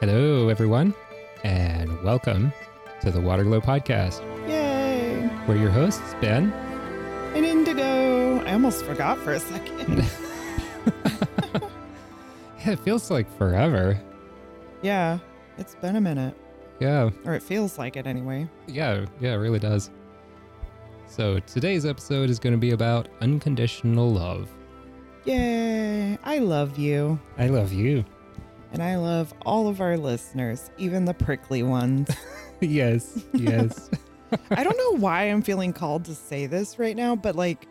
Hello, everyone, and welcome to the Waterglow Podcast. Yay! We're your hosts, Ben. An indigo. I almost forgot for a second. It feels like forever. yeah, it's been a minute, Yeah, or it feels like it anyway. yeah, yeah, it really does. So, today's episode is going to be about unconditional love. Yay! I love you, I love you. and I love all of our listeners, even the prickly ones. yes, yes. I don't know why I'm feeling called to say this right now, but like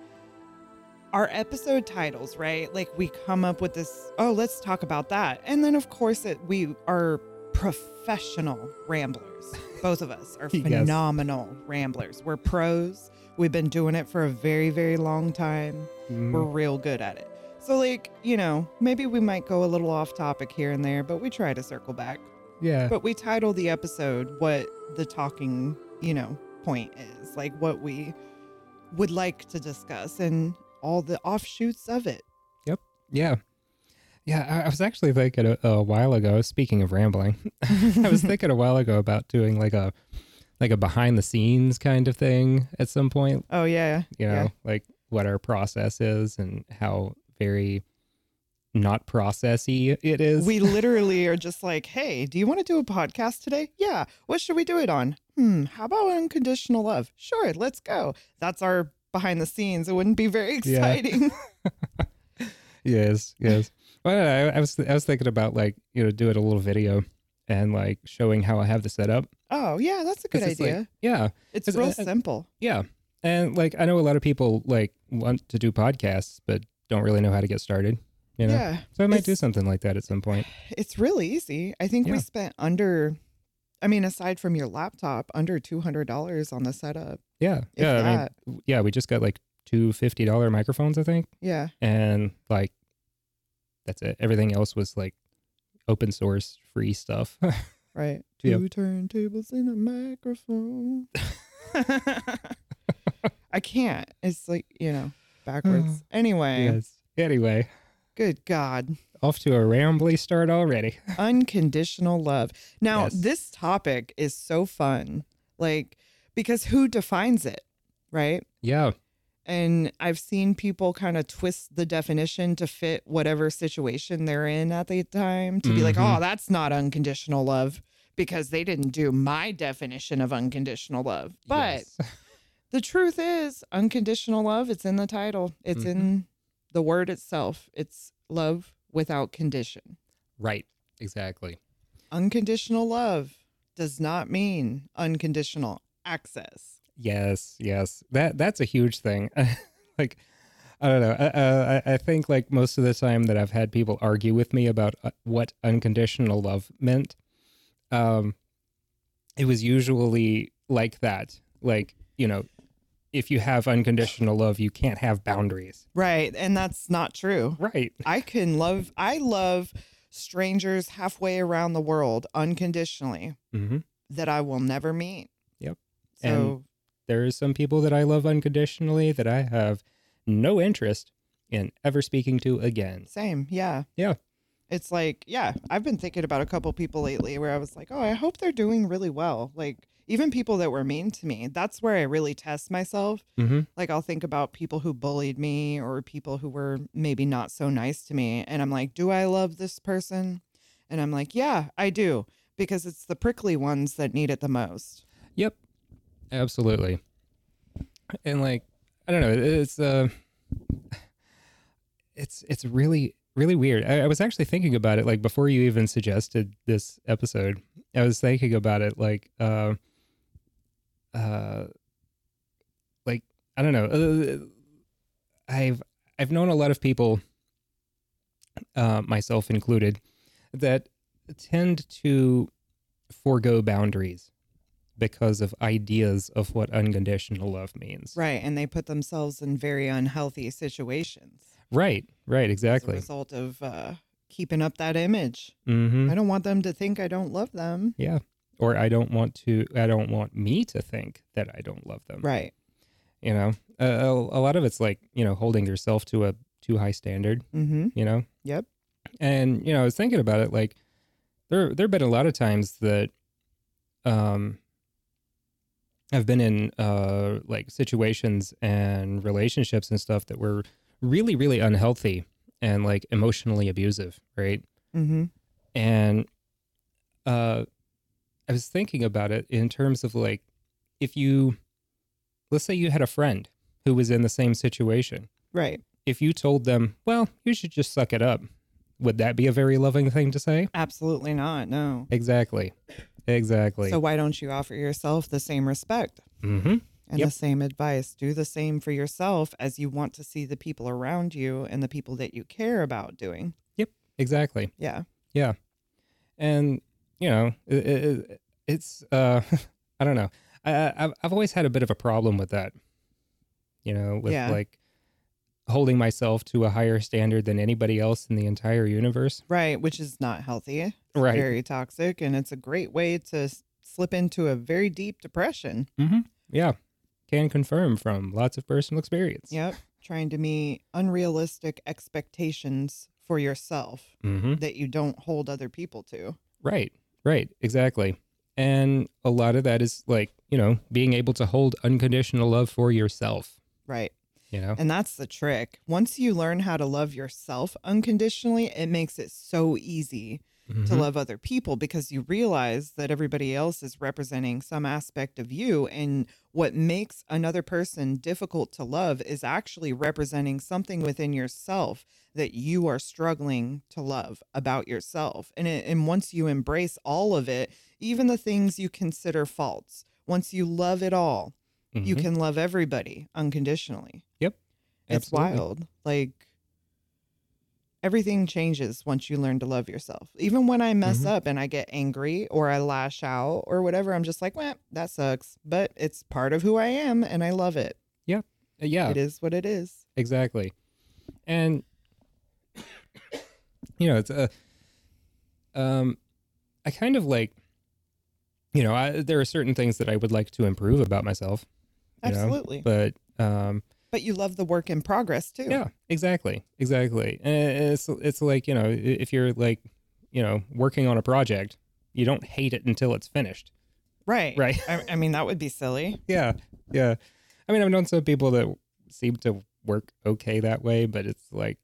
our episode titles, right? Like we come up with this, oh, let's talk about that. And then of course it, we are professional ramblers. Both of us are Yes. phenomenal ramblers. We're pros. We've been doing it for a very, very long time. We're Mm, real good at it. So like, you know, maybe we might go a little off topic here and there, but we try to circle back. yeah, But we title the episode what the talking, you know, point is, like what we would like to discuss and all the offshoots of it. yeah. Yeah, I, I was actually thinking a, a while ago, speaking of rambling, I was thinking a while ago about doing like a like a behind the scenes kind of thing at some point Oh yeah. you know, Yeah. like what our process is and how very not processy it is. We literally are just like, hey, do you want to do a podcast today? Yeah. What should we do it on? Hmm. How about unconditional love? Sure, let's go. That's our behind the scenes. It wouldn't be very Yeah. exciting. yes, yes. well, I, I was I was thinking about like you know doing a little video and like showing how I have the setup. oh yeah, that's a 'Cause good it's like- idea. yeah, it's it's- real uh, uh, simple. yeah. And like I know a lot of people like want to do podcasts but don't really know how to get started. You know, yeah. so I might do it's- something like that at some point. It's really easy. I think Yeah. we spent under, I mean, aside from your laptop, under two hundred dollars on the setup. Yeah, If yeah. I mean, that, yeah. We just got like two fifty dollar microphones, I think. yeah, and like that's it. Everything else was like open source free stuff. right. Yeah. Two turntables and a microphone. I can't. It's like you know backwards. anyway, Anyway, good God, off to a rambly start already. unconditional love. Now Yes. this topic is so fun, like because who defines it, right? Yeah. And I've seen people kind of twist the definition to fit whatever situation they're in at the time to be like, Mhm. oh, that's not unconditional love because they didn't do my definition of unconditional love. But Yes. the truth is, unconditional love, it's in the title, it's Mhm. in the word itself. It's love without condition. right, exactly. Unconditional love does not mean unconditional access. Yes, yes. That that's a huge thing. like I don't know. Uh, I, I think like most of the time that I've had people argue with me about uh, what unconditional love meant, um, it was usually like that. Like you know, if you have unconditional love, you can't have boundaries. Right. And that's not true. Right. I can love I love strangers halfway around the world unconditionally Mm-hmm. that I will never meet. Yep. So And- There are some people that I love unconditionally that I have no interest in ever speaking to again. same, yeah. Yeah. It's like, yeah, I've been thinking about a couple people lately where I was like, "Oh, I hope they're doing really well." Like even people that were mean to me. That's where I really test myself. Mm-hmm. Like I'll think about people who bullied me or people who were maybe not so nice to me and I'm like, "Do I love this person?" And I'm like, "Yeah, I do." Because it's the prickly ones that need it the most. Yep, absolutely. And like, I don't know, it's uh, it's it's really really weird. I, I was actually thinking about it like before you even suggested this episode. I was thinking about it like, uh, uh, like I don't know. Uh, I've I've known a lot of people, uh, myself included, that tend to forego boundaries because of ideas of what unconditional love means. Right, and they put themselves in very unhealthy situations right, right, as a exactly. result of uh, keeping up that image. Mm-hmm. I don't want them to think I don't love them. Or I don't want to. I don't want me to think that I don't love them. Right. You know, a, a, a lot of it's like you know holding yourself to a too high standard. Mm-hmm. You know. Yep. And you know, I was thinking about it like. there there have been a lot of times that um I've been in uh like situations and relationships and stuff that were really really unhealthy and like emotionally abusive, right? Mm-hmm. And uh I was thinking about it in terms of like if you let's say you had a friend who was in the same situation. Right. If you told them, "Well, you should just suck it up." Would that be a very loving thing to say? Absolutely not. No. Exactly. Exactly. So why don't you offer yourself the same respect mm-hmm. and Yep. the same advice? Do the same for yourself as you want to see the people around you and the people that you care about doing. Exactly. Yeah. And, you know, it, it, it's, uh, I don't know. I, I, I've- I've always had a bit of a problem with that, you know, with Yeah. like holding myself to a higher standard than anybody else in the entire universe. Right. Which is not healthy. It's Right. Very toxic. And it's a great way to s- slip into a very deep depression. Yeah. Can confirm from lots of personal experience. Yep. Trying to meet unrealistic expectations for yourself Mm-hmm. that you don't hold other people to. Right, right, exactly. And a lot of that is like, you know, being able to hold unconditional love for yourself, Right. you know? And that's the trick. Once you learn how to love yourself unconditionally, it makes it so easy to Mhm. love other people because you realize that everybody else is representing some aspect of you. And what makes another person difficult to love is actually representing something within yourself that you are struggling to love about yourself. And, it, and once you embrace all of it, even the things you consider faults, once you love it all, you Mhm. can love everybody unconditionally. Yep. It's Absolutely. wild. Like everything changes once you learn to love yourself. Even when I mess Mhm. up and I get angry or I lash out or whatever, I'm just like, well, that sucks. But it's part of who I am and I love it. Uh, Yeah, It is what it is. exactly. And, you know, it's a, um, I kind of like, you know, I, there are certain things that I would like to improve about myself, You know, Absolutely. but, but, um, you love the work in progress too. Yeah, exactly, exactly. And it's it's like you know, i- if you're like you know working on a project, you don't hate it until it's finished, Right. right? I, I mean, that would be silly. yeah, yeah. I mean, I've known some people that seem to work okay that way, but it's like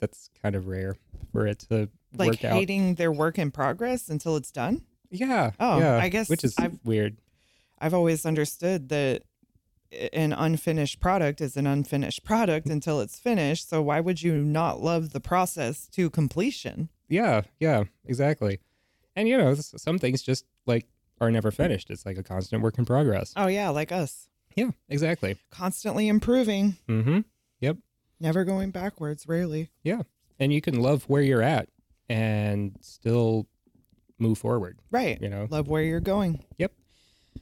that's kind of rare for it to Like work out. hating their work in progress until it's done. Yeah. Oh, yeah, I guess which is I've- weird. I've always understood that i- an unfinished product is an unfinished product until it's finished. So why would you not love the process to completion? Yeah, yeah, exactly. And you know, s- some things just like are never finished. It's like a constant work in progress. Oh yeah, like us, Yeah, exactly. constantly improving, Mm-hmm. never going backwards, rarely. and you can love where you're at and still move forward Right. you know Love where you're going. Yep.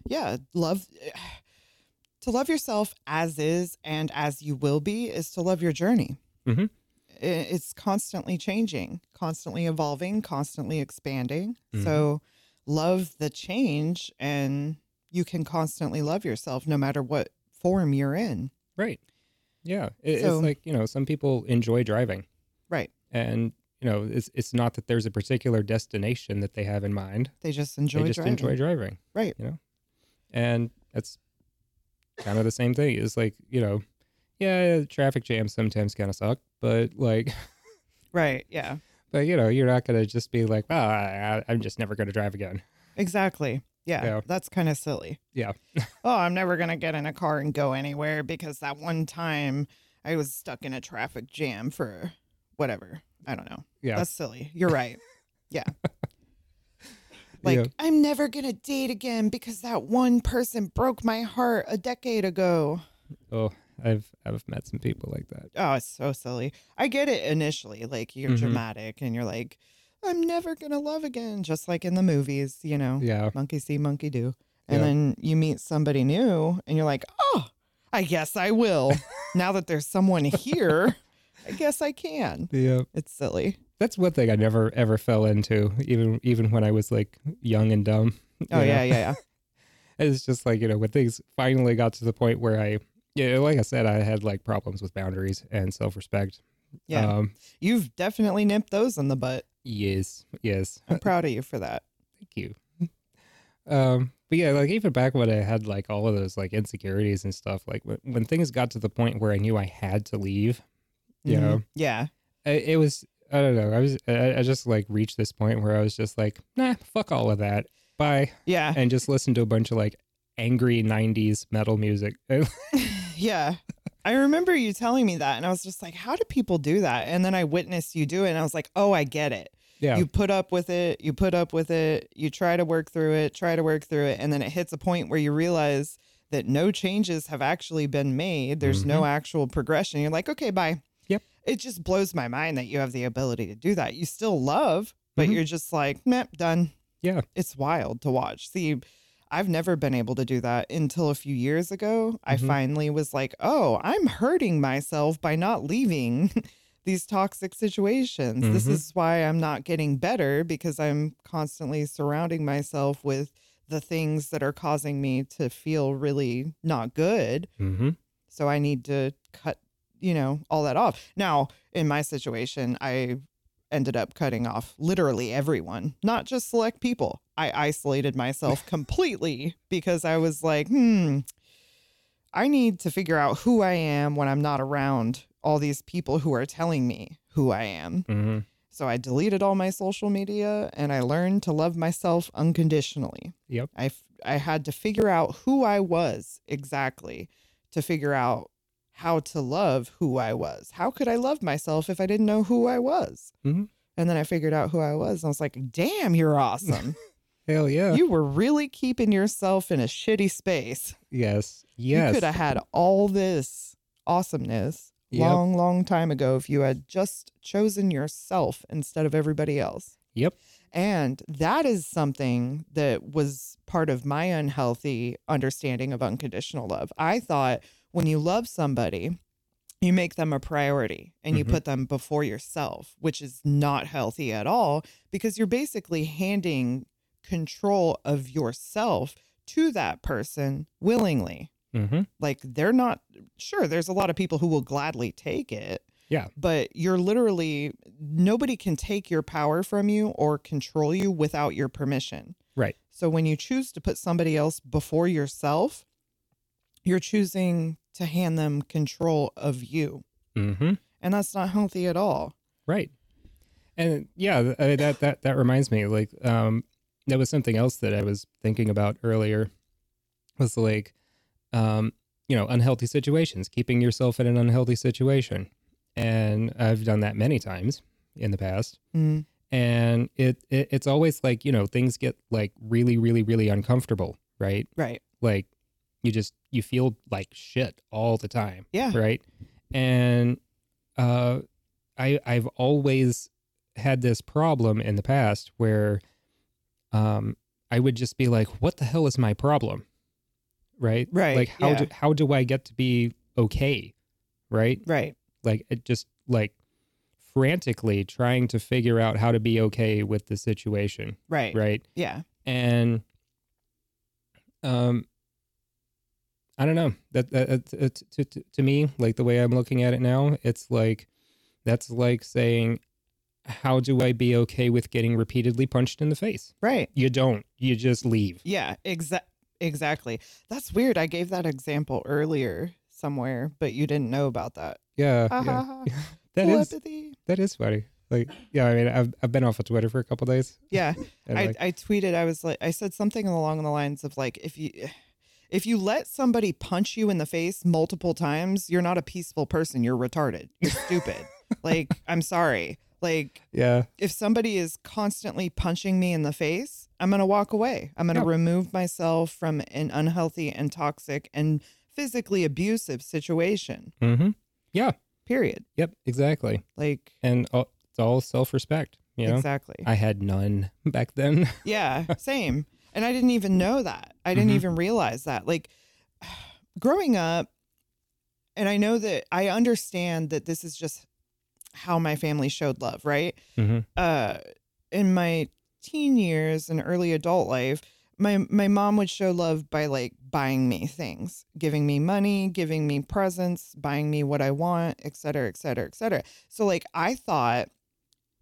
Yeah, love to love yourself as is and as you will be is to love your journey. Mhm. I- It's constantly changing, constantly evolving, constantly expanding. Mhm. So love the change and you can constantly love yourself no matter what form you're in. right yeah it, So- it's like you know some people enjoy driving Right. and you know it's it's not that there's a particular destination that they have in mind They just enjoy they just driving. enjoy driving Right. you know and that's kind of the same thing it's like you know yeah traffic jams sometimes kind of suck but like right. Yeah. but you know you're not gonna just be like well I, i'm just never gonna drive again Exactly. Yeah. Yeah. That's kind of silly. Yeah. oh, I'm never going to get in a car and go anywhere because that one time I was stuck in a traffic jam for whatever. I don't know. yeah That's silly. You're right. Yeah. Like, Yeah. I'm never going to date again because that one person broke my heart a decade ago. oh i've i've met some people like that Oh, it's so silly. I get it initially. Like, you're Mhm. dramatic and you're like, I'm never going to love again, just like in the movies, you know? yeah monkey see, monkey do. And Yeah. then you meet somebody new and you're like, oh, I guess I will. now that there's someone here, I guess I can. yeah It's silly. That's one thing I never ever fell into, even even when I was like young and dumb. you Oh, know? yeah, yeah, yeah. It's just like, you know, when things finally got to the point where I yeah, like I said, I had like problems with boundaries and self respect. Yeah. Um, You've definitely nipped those in the butt. Yes, yes. I'm proud of you for that. Thank you. Um, but yeah, like even back when I had like all of those like insecurities and stuff, like when, when things got to the point where I knew I had to leave, you know, Mhm. Yeah. I- it was I don't know. I was I, I just like reached this point where I was just like, nah, fuck all of that, bye, Yeah. and just listened to a bunch of like angry '90s metal music. Yeah. I remember you telling me that, and I was just like, how do people do that? And then I witnessed you do it, and I was like, oh, I get it. yeah, You put up with it, you put up with it, you try to work through it, try to work through it. And then it hits a point where you realize that no changes have actually been made. There's no actual progression. You're like, okay, bye. Mm-hmm. Yep. It just blows my mind that you have the ability to do that. You still love, but Mhm. you're just like, meh, done. Yeah. It's wild to watch. See, I've never been able to do that until a few years ago. I Mhm. finally was like, oh, I'm hurting myself by not leaving these toxic situations. This Mhm. is why I'm not getting better because I'm constantly surrounding myself with the things that are causing me to feel really not good. mm-hmm. So I need to cut, you know, all that off. Now, in my situation, I ended up cutting off literally everyone, not just select people. I isolated myself completely because I was like, hmm, I need to figure out who I am when I'm not around all these people who are telling me who I am. Mm-hmm. So I deleted all my social media and I learned to love myself unconditionally. Yep. I, f- I had to figure out who I was exactly to figure out how to love who I was. How could I love myself if I didn't know who I was? Mhm. And then I figured out who I was. And I was like, damn, you're awesome. hell yeah, you were really keeping yourself in a shitty space. yes, You yes, could have had all this awesomeness Yep. long, long time ago if you had just chosen yourself instead of everybody else. Yep. And that is something that was part of my unhealthy understanding of unconditional love. I thought when you love somebody, you make them a priority and you Mhm. put them before yourself, which is not healthy at all because you're basically handing control of yourself to that person willingly mm-hmm. like they're not sure there's a lot of people who will gladly take it Yeah. but you're literally nobody can take your power from you or control you without your permission Right. so when you choose to put somebody else before yourself you're choosing to hand them control of you Mm-hmm. and that's not healthy at all Right. And yeah, th- I, that that that reminds me. Like, um, that was something else that I was thinking about earlier. Was like, um, you know, unhealthy situations, keeping yourself in an unhealthy situation, and I've done that many times in the past. Mm. And it, it it's always like you know things get like really really really uncomfortable, right? right Like, you just you feel like shit all the time yeah right and uh i i've always had this problem in the past where um i would just be like what the hell is my problem right Right, like how yeah. do how do i get to be okay right right like it just like frantically trying to figure out how to be okay with the situation right right yeah and um i don't know that that, that- uh, t- to, to, to me like the way i'm looking at it now it's like that's like saying how do i be okay with getting repeatedly punched in the face right you don't you just leave Yeah, exa- exactly. That's weird. I gave that example earlier somewhere, but you didn't know about that. yeah, Ha yeah. ha ha. that is Telepathy. that is funny like yeah i mean i've, I've been off of twitter for a couple days Yeah, and I, like, I tweeted. I was like, I said something along the lines of like, if you if you let somebody punch you in the face multiple times, you're not a peaceful person. You're retarded. You're stupid. like, I'm sorry. Like, yeah if somebody is constantly punching me in the face, I'm going to walk away. I'm going to Yeah. remove myself from an unhealthy and toxic and physically abusive situation. mm-hmm. Period. yep exactly Like and all, it's all self-respect you know exactly. i had none back then yeah, same. And I didn't even know that. I didn't Mhm. even realize that. Like growing up, and I know that I understand that this is just how my family showed love, right? mm-hmm. uh in my teen years and early adult life my my mom would show love by like buying me things giving me money giving me presents buying me what i want et cetera et cetera et cetera so like i thought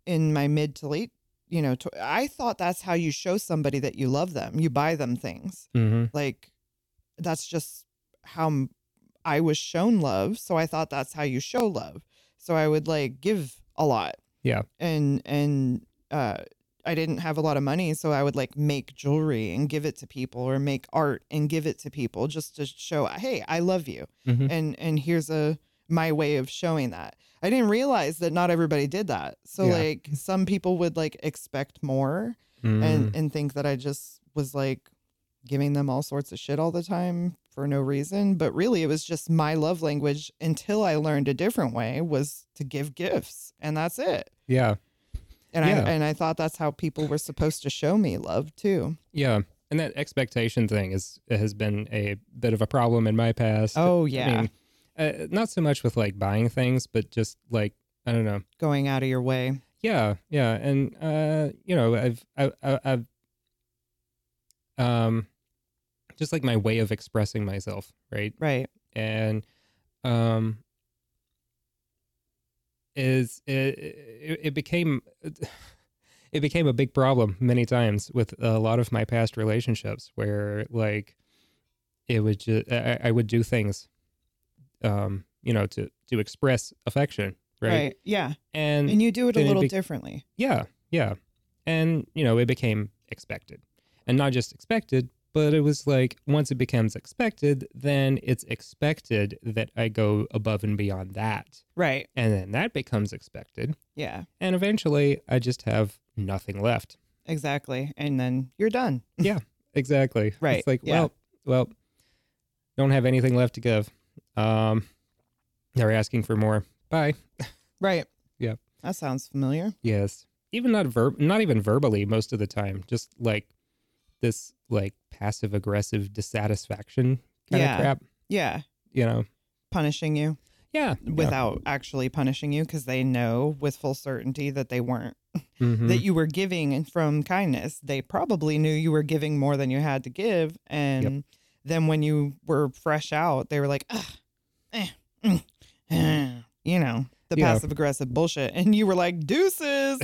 in my mid to late, you know, tw- I thought that's how you show somebody that you love them. You buy them things. Mm-hmm. Like that's just how m- I was shown love, so I thought that's how you show love. So I would like give a lot. Yeah. And and uh I didn't have a lot of money, so I would like make jewelry and give it to people or make art and give it to people just to show, "Hey, I love you." Mhm. And and here's a my way of showing that. I didn't realize that not everybody did that. So Yeah. like some people would like expect more Mm-hmm. Mm. and and think that I just was like giving them all sorts of shit all the time for no reason, but really it was just my love language until I learned a different way was to give gifts and that's it. yeah. And Yeah. I and I thought that's how people were supposed to show me love too. Yeah. And that expectation thing is has been a bit of a problem in my past. Oh I mean, uh, not so much with like buying things, but just like I don't know. going out of your way. Yeah, yeah, and uh, you know, I've I, I, I've um, just like my way of expressing myself, right? Right. and um is it, it it became it became a big problem many times with a lot of my past relationships where like it would just I, I would do things um you know to to express affection right, Right. Yeah. and And you do it a then it little bec- differently. yeah, yeah. And, you know, it became expected. And not just expected, but it was like once it becomes expected, then it's expected that I go above and beyond that. Right. And then that becomes expected. Yeah. And eventually I just have nothing left. Exactly. And then you're done. Exactly. Right, It's like, yeah. well, well, don't have anything left to give. Um, they're asking for more. Bye. Right. Yeah. That sounds familiar. Yes. Even not verb not even verbally most of the time. Just like this like passive aggressive dissatisfaction kind Yeah. of crap. Yeah. You know? Punishing you Yeah. yeah. without actually punishing you because they know with full certainty that they weren't Mhm. that you were giving from kindness. They probably knew you were giving more than you had to give. And then when you were fresh out, they were like, Ugh, eh, mm, eh," you know, the Yeah. passive aggressive bullshit. And you were like, deuces,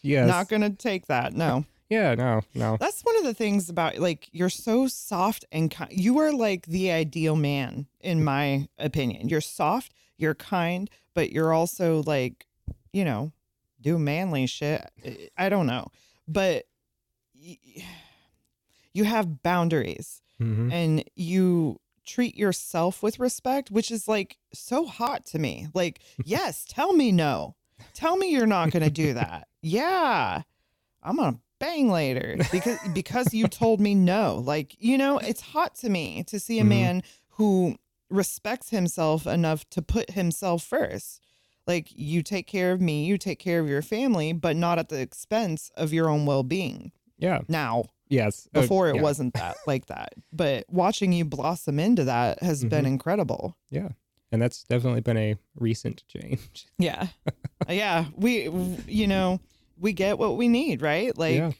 yes. not going to take that. No. yeah, no, no. That's one of the things about like you're so soft and kind. You are like the ideal man, in my opinion. You're soft, you're kind, but you're also like, you know, do manly shit. I- I don't know, but y- you have boundaries Mhm. and you treat yourself with respect, which is like so hot to me. Like, yes, tell me no. Tell me you're not going to do that. Yeah. I'm going to bang later because because you told me no. Like, you know, it's hot to me to see a Mhm. man who respects himself enough to put himself first. Like, you take care of me, you take care of your family, but not at the expense of your own well-being. Yeah. Now, Yes. Oh, before it yeah. wasn't that like that but watching you blossom into that has Mm-hmm. been incredible And that's definitely been a recent change. yeah Uh, yeah we you know we get what we need right like Yeah.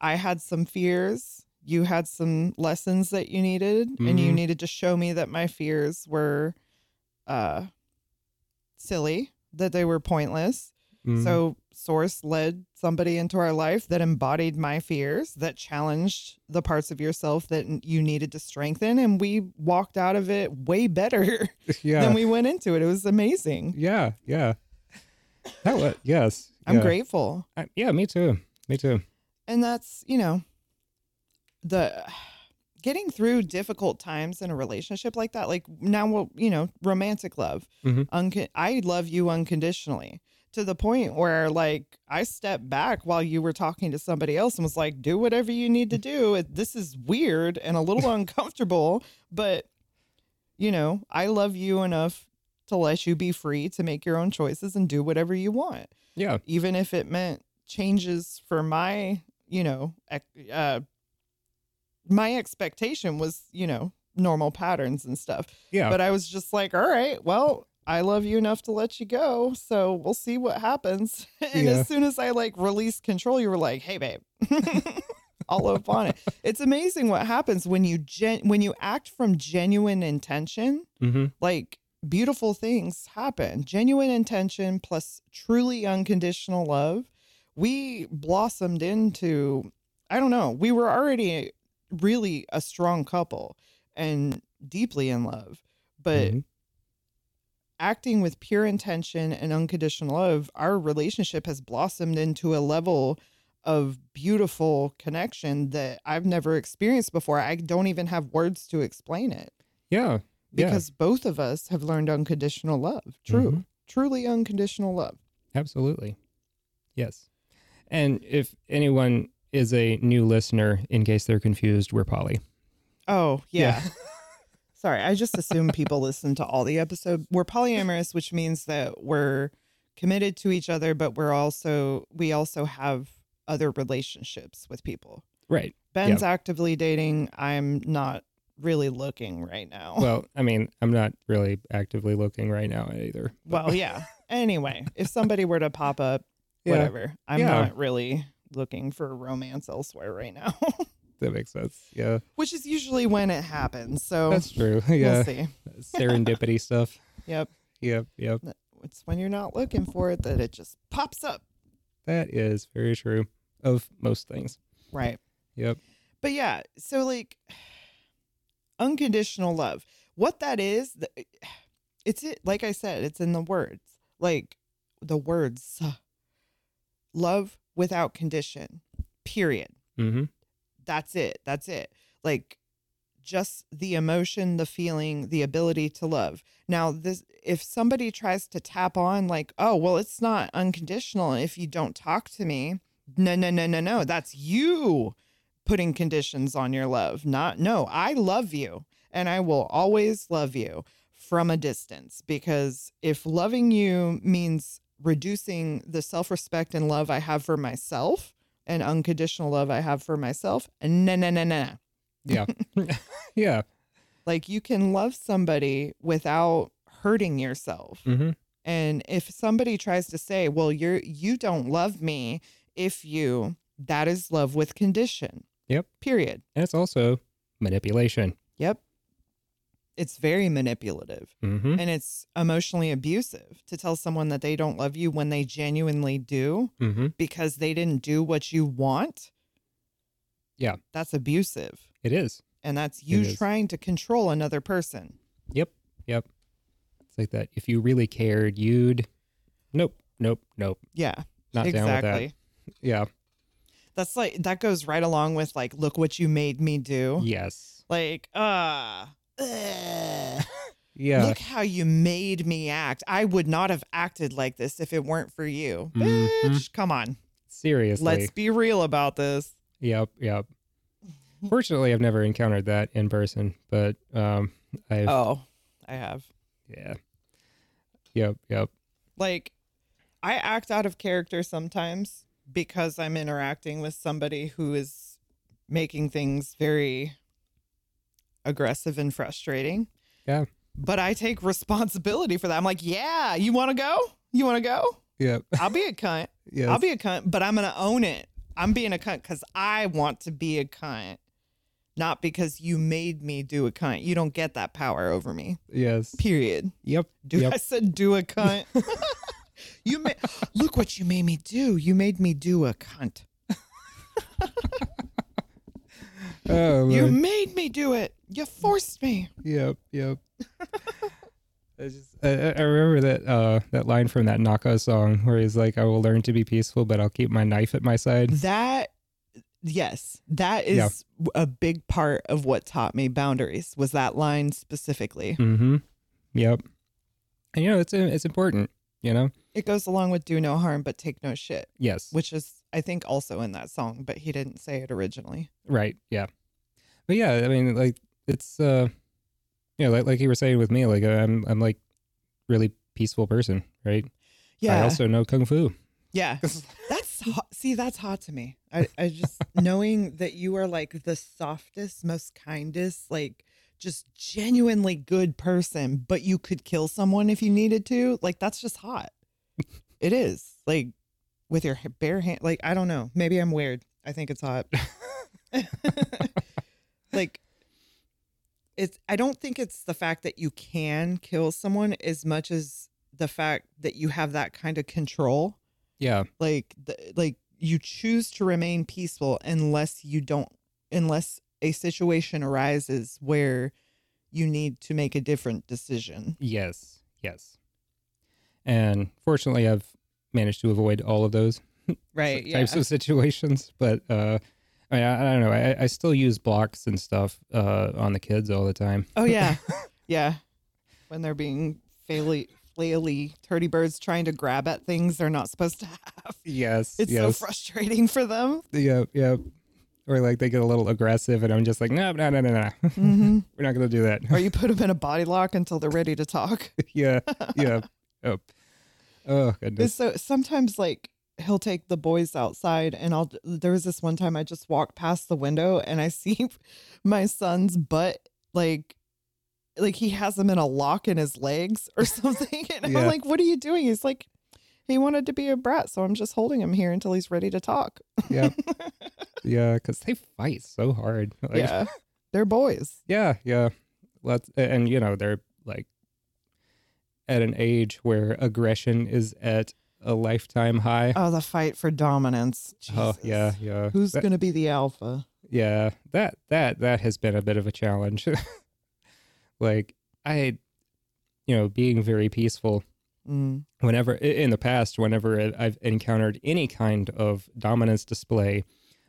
i had some fears you had some lessons that you needed and you Mhm. needed to show me that my fears were uh silly that they were pointless Mhm. So, Source led somebody into our life that embodied my fears, that challenged the parts of yourself that n- you needed to strengthen. And we walked out of it way better yeah. than we went into it. It was amazing. yeah, yeah. That was yes. I'm yeah. grateful. I- yeah, me too. Me too. And that's, you know, the getting through difficult times in a relationship like that, like now, we'll you know, romantic love. Mhm. Uncon- I love you unconditionally to the point where, like, I stepped back while you were talking to somebody else and was like, do whatever you need to do. It- This is weird and a little uncomfortable, but, you know, I love you enough to let you be free to make your own choices and do whatever you want Yeah. even if it meant changes for my, you know, ec- uh, my expectation was, you know, normal patterns and stuff. Yeah. But I was just like, all right, well, I love you enough to let you go. So we'll see what happens. and Yeah. as soon as I like released control, you were like, hey, babe. all up on it. It's amazing what happens when you gen- when you act from genuine intention hmm like beautiful things happen. Genuine intention plus truly unconditional love. We blossomed into, I don't know, we were already really a strong couple and deeply in love. But Mhm. acting with pure intention and unconditional love, our relationship has blossomed into a level of beautiful connection that I've never experienced before. I don't even have words to explain it yeah, Yeah. because both of us have learned unconditional love. True, Mhm. truly unconditional love. absolutely. Yes. And if anyone is a new listener, in case they're confused, we're Polly. Oh, Yeah. yeah. Sorry, I just assume people listen to all the episodes. We're polyamorous, which means that we're committed to each other, but we're also we also have other relationships with people. Right. Ben's actively dating. I'm not really looking right now. Well, Well, I mean, I'm not really actively looking right now either. yeah. Anyway, if somebody were to pop up, Yeah. whatever. I'm Yeah. not really looking for romance elsewhere right now, That makes sense. Yeah. which is usually when it happens. So That's true. we'll Yeah. see. Serendipity stuff. Yep. Yep. Yep. It's when you're not looking for it that it just pops up. That is very true of most things. Right. Yep. But yeah, so like unconditional love. What that is, th- it's it like I said, it's in the words. Like the words love without condition. Period. Mm-hmm. That's it. That's it. Like just the emotion, the feeling, the ability to love. Now, this if somebody tries to tap on like, "Oh, well, it's not unconditional if you don't talk to me." No, no, no, no, no. That's you putting conditions on your love. Not no, I love you and I will always love you from a distance because if loving you means reducing the self-respect and love I have for myself and unconditional love I have for myself, no, no, no, no. no. Yeah. yeah. Like you can love somebody without hurting yourself. Mm-hmm. And if somebody tries to say, "Well, you're you don't love me if you," that is love with condition. Yep. Period. And it's also manipulation. Yep. It's very manipulative Mm-hmm. and it's emotionally abusive to tell someone that they don't love you when they genuinely do Mm-hmm. because they didn't do what you want. Yeah. That's abusive. It is. And that's It you is. trying to control another person. Yep. Yep. It's like that. If you really cared, you'd. Nope. Nope. Nope. Yeah. Not exactly. down with that. Yeah. That's like that goes right along with like, look what you made me Oh. do. Yes. Like, ah, uh, Yeah. look how you made me act. I would not have acted like this if it weren't for you. Mhm. Bitch, come on. Seriously. Let's be real about this. Yep. Yep. Fortunately, I've never encountered that in person, but um, I've. Oh, I have. Yeah. Yep. Yep. Like, I act out of character sometimes because I'm interacting with somebody who is making things very aggressive and frustrating. Yeah. But I take responsibility for that. I'm like, yeah, you want to go? You want to go? Yep. I'll be a cunt. Yes. I'll be a cunt, but I'm going to own it. I'm being a cunt because I want to be a cunt, not because you made me do a cunt. You don't get that power over me, yes. period. Yep. Do Yep. I said do a cunt? you ma- look what you made me do. You made me do a cunt. Oh, You man. made me do it. You forced me. Yep, yep. I just I, I- I remember that uh that line from that Naka song where he's like, "I will learn to be peaceful, but I'll keep my knife at my side." That yes, that Yeah. is a big part of what taught me boundaries was that line specifically. Mm-hmm. Yep. And you know it's it's important. You know. It goes along with do no harm but take no shit, Yes. which is I think also in that song, but he didn't say it originally. right. Yeah. But yeah, I mean, like it's uh, you know, like like you were saying with me, like I'm I'm like really peaceful person, right? I Yeah. also know kung fu. Yeah. That's hot. see, that's hot to me. I, I just knowing that you are like the softest, most kindest, like just genuinely good person, but you could kill someone if you needed to. Like that's just hot. It is like with your bare hand. Like I don't know. Maybe I'm weird. I think it's hot. like it's I don't think it's the fact that you can kill someone as much as the fact that you have that kind of control. Yeah. Like the, like you choose to remain peaceful unless you don't unless a situation arises where you need to make a different decision. Yes. Yes. And fortunately, I've managed to avoid all of those Right. Yeah. types of situations. But uh, I, mean, I, I don't know. I, I still use blocks and stuff uh, on the kids all the time. Oh yeah. yeah. When they're being faily flaily turdy birds trying to grab at things they're not supposed to have. Yes. It's so yes. frustrating for them. yeah. Yeah. Or like they get a little aggressive, and I'm just like, no, no, no, no, no. hmm We're not gonna do that. or you put them in a body lock until they're ready to talk. yeah. Yeah. Oh. Oh goodness. It's so sometimes like he'll take the boys outside and I'll there was this one time I just walked past the window and I see my son's butt like like he has him in a lock in his legs or something and Yeah. I'm like what are you doing he's like he wanted to be a brat so I'm just holding him here until he's ready to talk Yeah. yeah. Because they fight so hard. Like, yeah they're boys Yeah, yeah. Lots, and you know they're like at an age where aggression is at a lifetime high. oh the fight for dominance Oh Jesus. yeah, yeah. who's That- going to be the alpha yeah, that that that has been a bit of a challenge. like I, you know, being very peaceful. Mm. Whenever i- in the past, whenever I- I've encountered any kind of dominance display,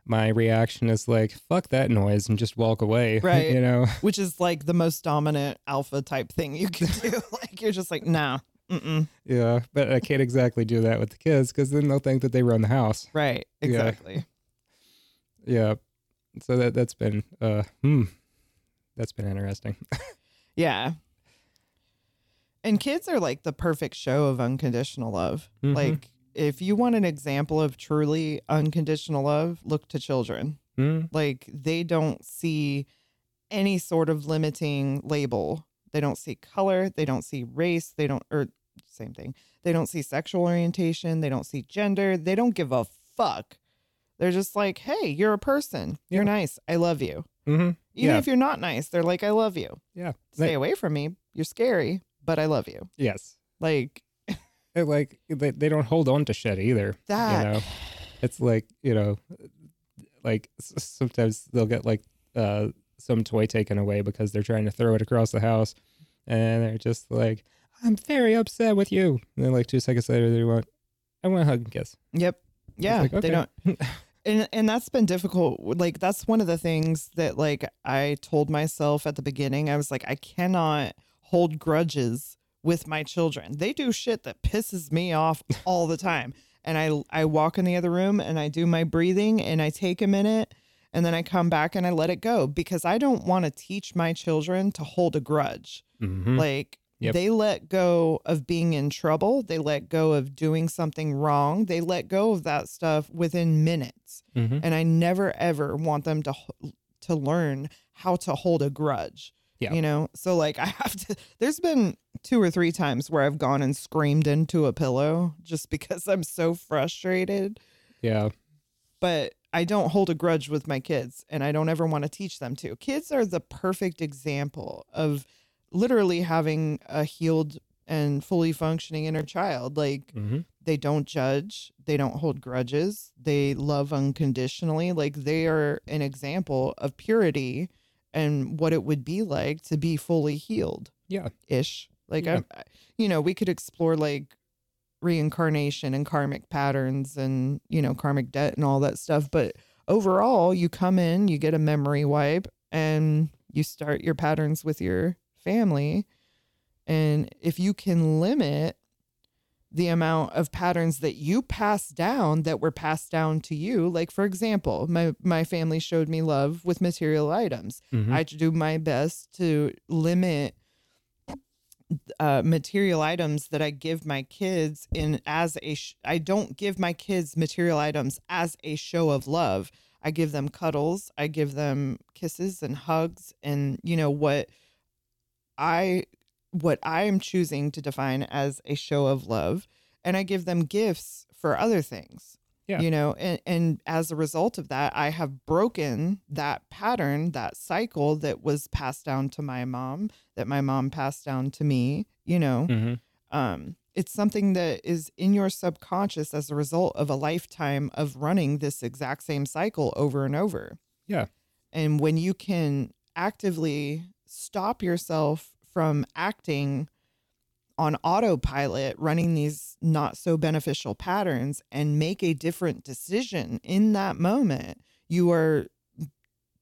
my reaction is like, "Fuck that noise," and just walk away. Right. you know. which is like the most dominant alpha type thing you can do. like you're just like, nah, mm-mm. Yeah, but I can't exactly do that with the kids because then they'll think that they run the house. right, Yeah. exactly. Yeah, so that that's been uh, hmm, that's been interesting. Yeah. And kids are like the perfect show of unconditional love. Mhm. Like if you want an example of truly unconditional love, look to children. Mm, Like they don't see any sort of limiting label. They don't see color, they don't see race, they don't or same thing. They don't see sexual orientation, they don't see gender, they don't give a fuck. They're just like, "Hey, you're a person. You're Yeah. nice. I love you." hmm Even Yeah. if you're not nice, they're like, "I love you. Yeah. Stay Like, away from me. You're scary, but I love you." yes. Like They're Like they, they don't hold on to shit either. that. You know, it's like you know, like s- sometimes they'll get like uh some toy taken away because they're trying to throw it across the house, and they're just like, "I'm very upset with you." And then like two seconds later, they want, "I want a hug and kiss." Yep. It's Yeah, like, they okay. don't and and that's been difficult like that's one of the things that like i told myself at the beginning i was like i cannot hold grudges with my children they do shit that pisses me off all the time and i i walk in the other room and i do my breathing and i take a minute and then i come back and i let it go because i don't want to teach my children to hold a grudge Mhm. like Yep. they let go of being in trouble. They let go of doing something wrong. They let go of that stuff within minutes. Mhm. And I never ever want them to h- to learn how to hold a grudge. Yeah. You know? So like I have to there's been two or three times where I've gone and screamed into a pillow just because I'm so frustrated, Yeah. but I don't hold a grudge with my kids and I don't ever want to teach them to. Kids are the perfect example of literally having a healed and fully functioning inner child. Like hmm they don't judge, they don't hold grudges, they love unconditionally. Like they are an example of purity and what it would be like to be fully healed Yeah. ish. Like Yeah. I'm, I- you know, we could explore like reincarnation and karmic patterns and you know karmic debt and all that stuff. But overall, you come in, you get a memory wipe, and you start your patterns with your family. And if you can limit the amount of patterns that you pass down that were passed down to you, like for example, my my family showed me love with material items. Mhm. I do my best to limit uh, material items that I give my kids in as a sh- I don't give my kids material items as a show of love. I give them cuddles, I give them kisses and hugs and you know what I what I am choosing to define as a show of love and I give them gifts for other things. Yeah. You know, and, and as a result of that, I have broken that pattern, that cycle that was passed down to my mom, that my mom passed down to me, you know. hmm Um, it's something that is in your subconscious as a result of a lifetime of running this exact same cycle over and over. Yeah. And when you can actively stop yourself from acting on autopilot, running these not so beneficial patterns, and make a different decision in that moment, you are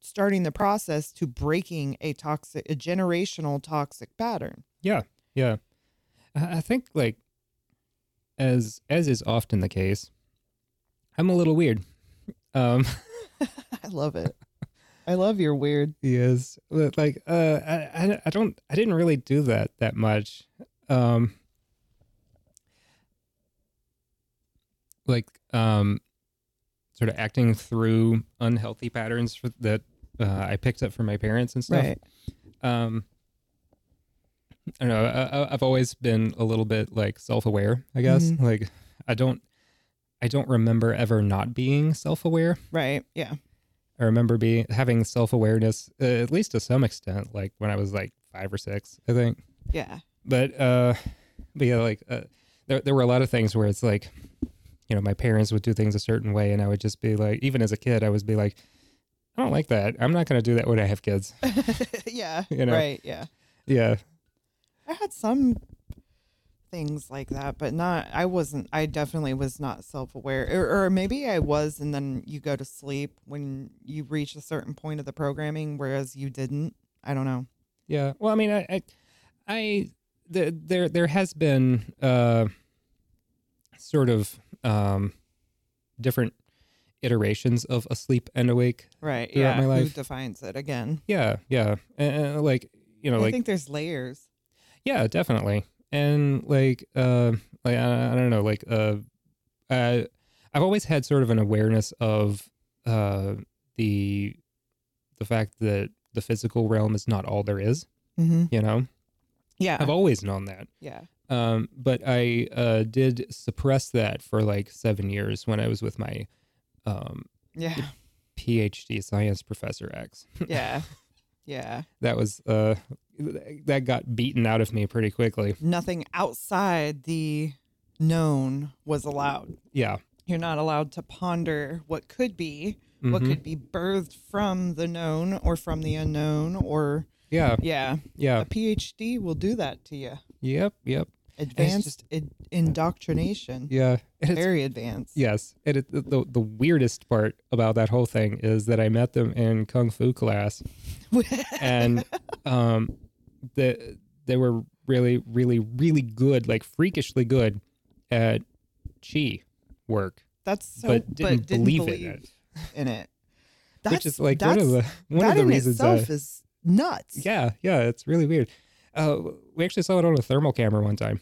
starting the process to breaking a toxic, a generational toxic pattern. Yeah, I I think like as as is often the case, I'm a little weird. Um, I love it. I love your weird. yes, but like uh, I, I I don't I didn't really do that that much. Um, like um, sort of acting through unhealthy patterns for, that uh, I picked up from my parents and stuff. um i don't know I, I- i've always been a little bit like self-aware i guess Mhm. like i don't i don't remember ever not being self-aware Right. Yeah. i remember being having self-awareness uh, at least to some extent like when i was like five or six i think Yeah. but uh but yeah like uh, there, there were a lot of things where it's like you know my parents would do things a certain way and i would just be like even as a kid i would be like i don't like that i'm not going to do that when i have kids yeah. You know. Right. Yeah. yeah I had some things like that, but not, I wasn't, I definitely was not self aware. Or, or maybe I was, and then you go to sleep when you reach a certain point of the programming, whereas you didn't. I don't know. Yeah. Well, I mean, I, I, I the, there, there has been uh, sort of um, different iterations of asleep and awake. Right. Throughout yeah. my Who life. defines it again? Yeah. Yeah. And, and, like you know, I like think there's layers. yeah, definitely. And like, uh, like I, I don't know, like uh, I, I've always had sort of an awareness of uh, the the fact that the physical realm is not all there is. Mm-hmm. You know, Yeah. I've always known that. yeah. um, but I uh, did suppress that for like seven years when I was with my um, Yeah. PhD science professor ex. Yeah. Yeah. That was uh, th- that got beaten out of me pretty quickly. Nothing outside the known was allowed. Yeah, You're not allowed to ponder what could be. what Mhm. could be birthed from the known or from the unknown or yeah, yeah yeah, a phd will do that to you yep, yep, advanced in indoctrination yeah. And it's- very advanced yes, and it, the the weirdest part about that whole thing is that I met them in kung fu class, and um, the they were really, really, really good, like freakishly good at chi work, that's so but didn't believe, in it, in it that's which is like one that's, of the one that of the in reasons. I, itself is nuts yeah, yeah, it's really weird. Uh, we actually saw it on a thermal camera one time.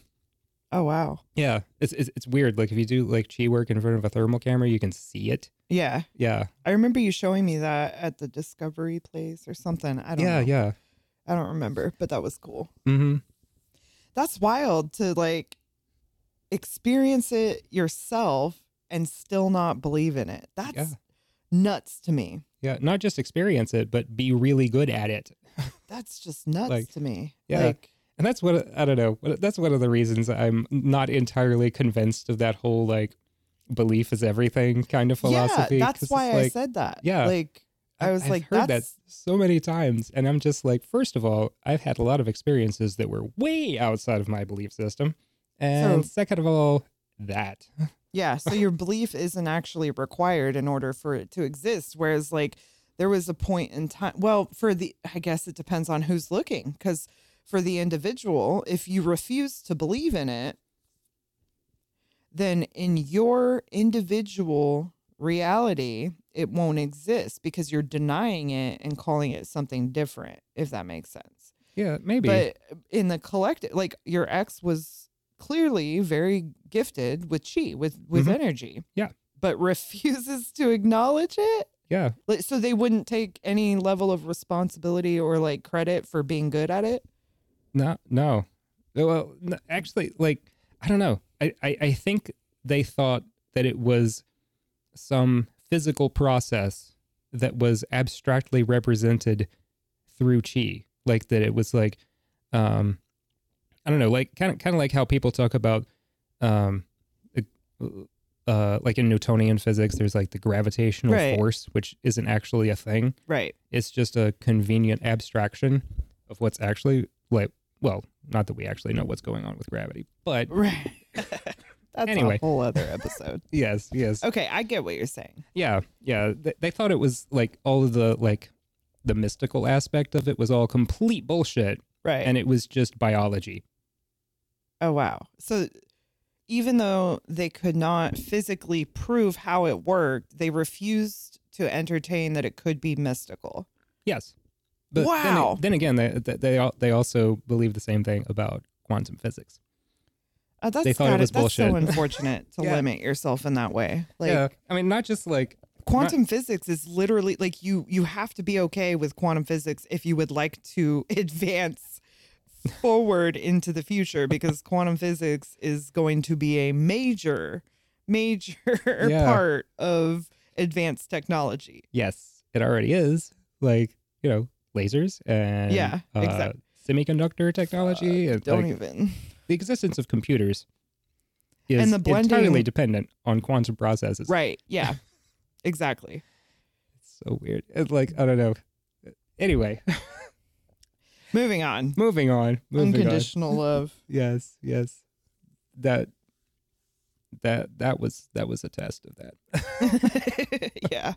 oh wow Yeah, it's, it's it's weird. Like if you do like chi work in front of a thermal camera, you can see it. yeah Yeah, i remember you showing me that at the discovery place or something i don't yeah, know. yeah. i don't remember but that was cool Mm-hmm. that's wild to like experience it yourself and still not believe in it. That's Yeah. nuts to me. Yeah, not just experience it, but be really good at it. That's just nuts Like, to me. yeah. Like And that's what I don't know. what- That's one of the reasons I'm not entirely convinced of that whole like belief is everything kind of philosophy. Yeah, 'cause that's it's why I like, said that. yeah. Like I I've- was I've like, heard that that's- so many times, and I'm just like, first of all, I've had a lot of experiences that were way outside of my belief system, and So- second of all, that. yeah, so your belief isn't actually required in order for it to exist whereas like there was a point in time well for the I guess it depends on who's looking cuz for the individual if you refuse to believe in it then in your individual reality, it won't exist because you're denying it and calling it something different, if that makes sense. Yeah, maybe. But in the collective, like your ex was clearly very gifted with chi, with with Mhm. energy. Yeah. But refuses to acknowledge it. yeah, Like, So they wouldn't take any level of responsibility or like credit for being good at it. No, no. Well, no, actually, like I don't know. I, I I think they thought that it was some physical process that was abstractly represented through chi like that it was like um i don't know like kind of kind of like how people talk about um uh like in newtonian physics there's like the gravitational Right. force which isn't actually a thing Right. it's just a convenient abstraction of what's actually like well not that we actually know what's going on with gravity but Right. That's Anyway. a whole other episode. yes yes okay, I get what you're saying. Yeah, yeah. They, they thought it was like all of the like the mystical aspect of it was all complete bullshit, Right. and it was just biology. oh wow. So even though they could not physically prove how it worked, they refused to entertain that it could be mystical. Yes. But Wow. Then, then again, they they they, al- they also believe the same thing about quantum physics. Uh, that's They thought it gotta- was that's so bullshit. unfortunate to Yeah. limit yourself in that way. Like yeah, I mean, not just like quantum physics is literally like you you have to be okay with quantum physics if you would like to advance forward into the future because quantum physics is going to be a major major Yeah. part of advanced technology yes, it already is like you know lasers and Yeah, uh, exact- semiconductor technology and don't like, even the existence of computers is And the blending- entirely dependent on quantum processes. right yeah exactly It's so weird. It's like I don't know. Anyway, moving on moving on. Moving unconditional love on. Yes, yes. That that that was that was a test of that. yeah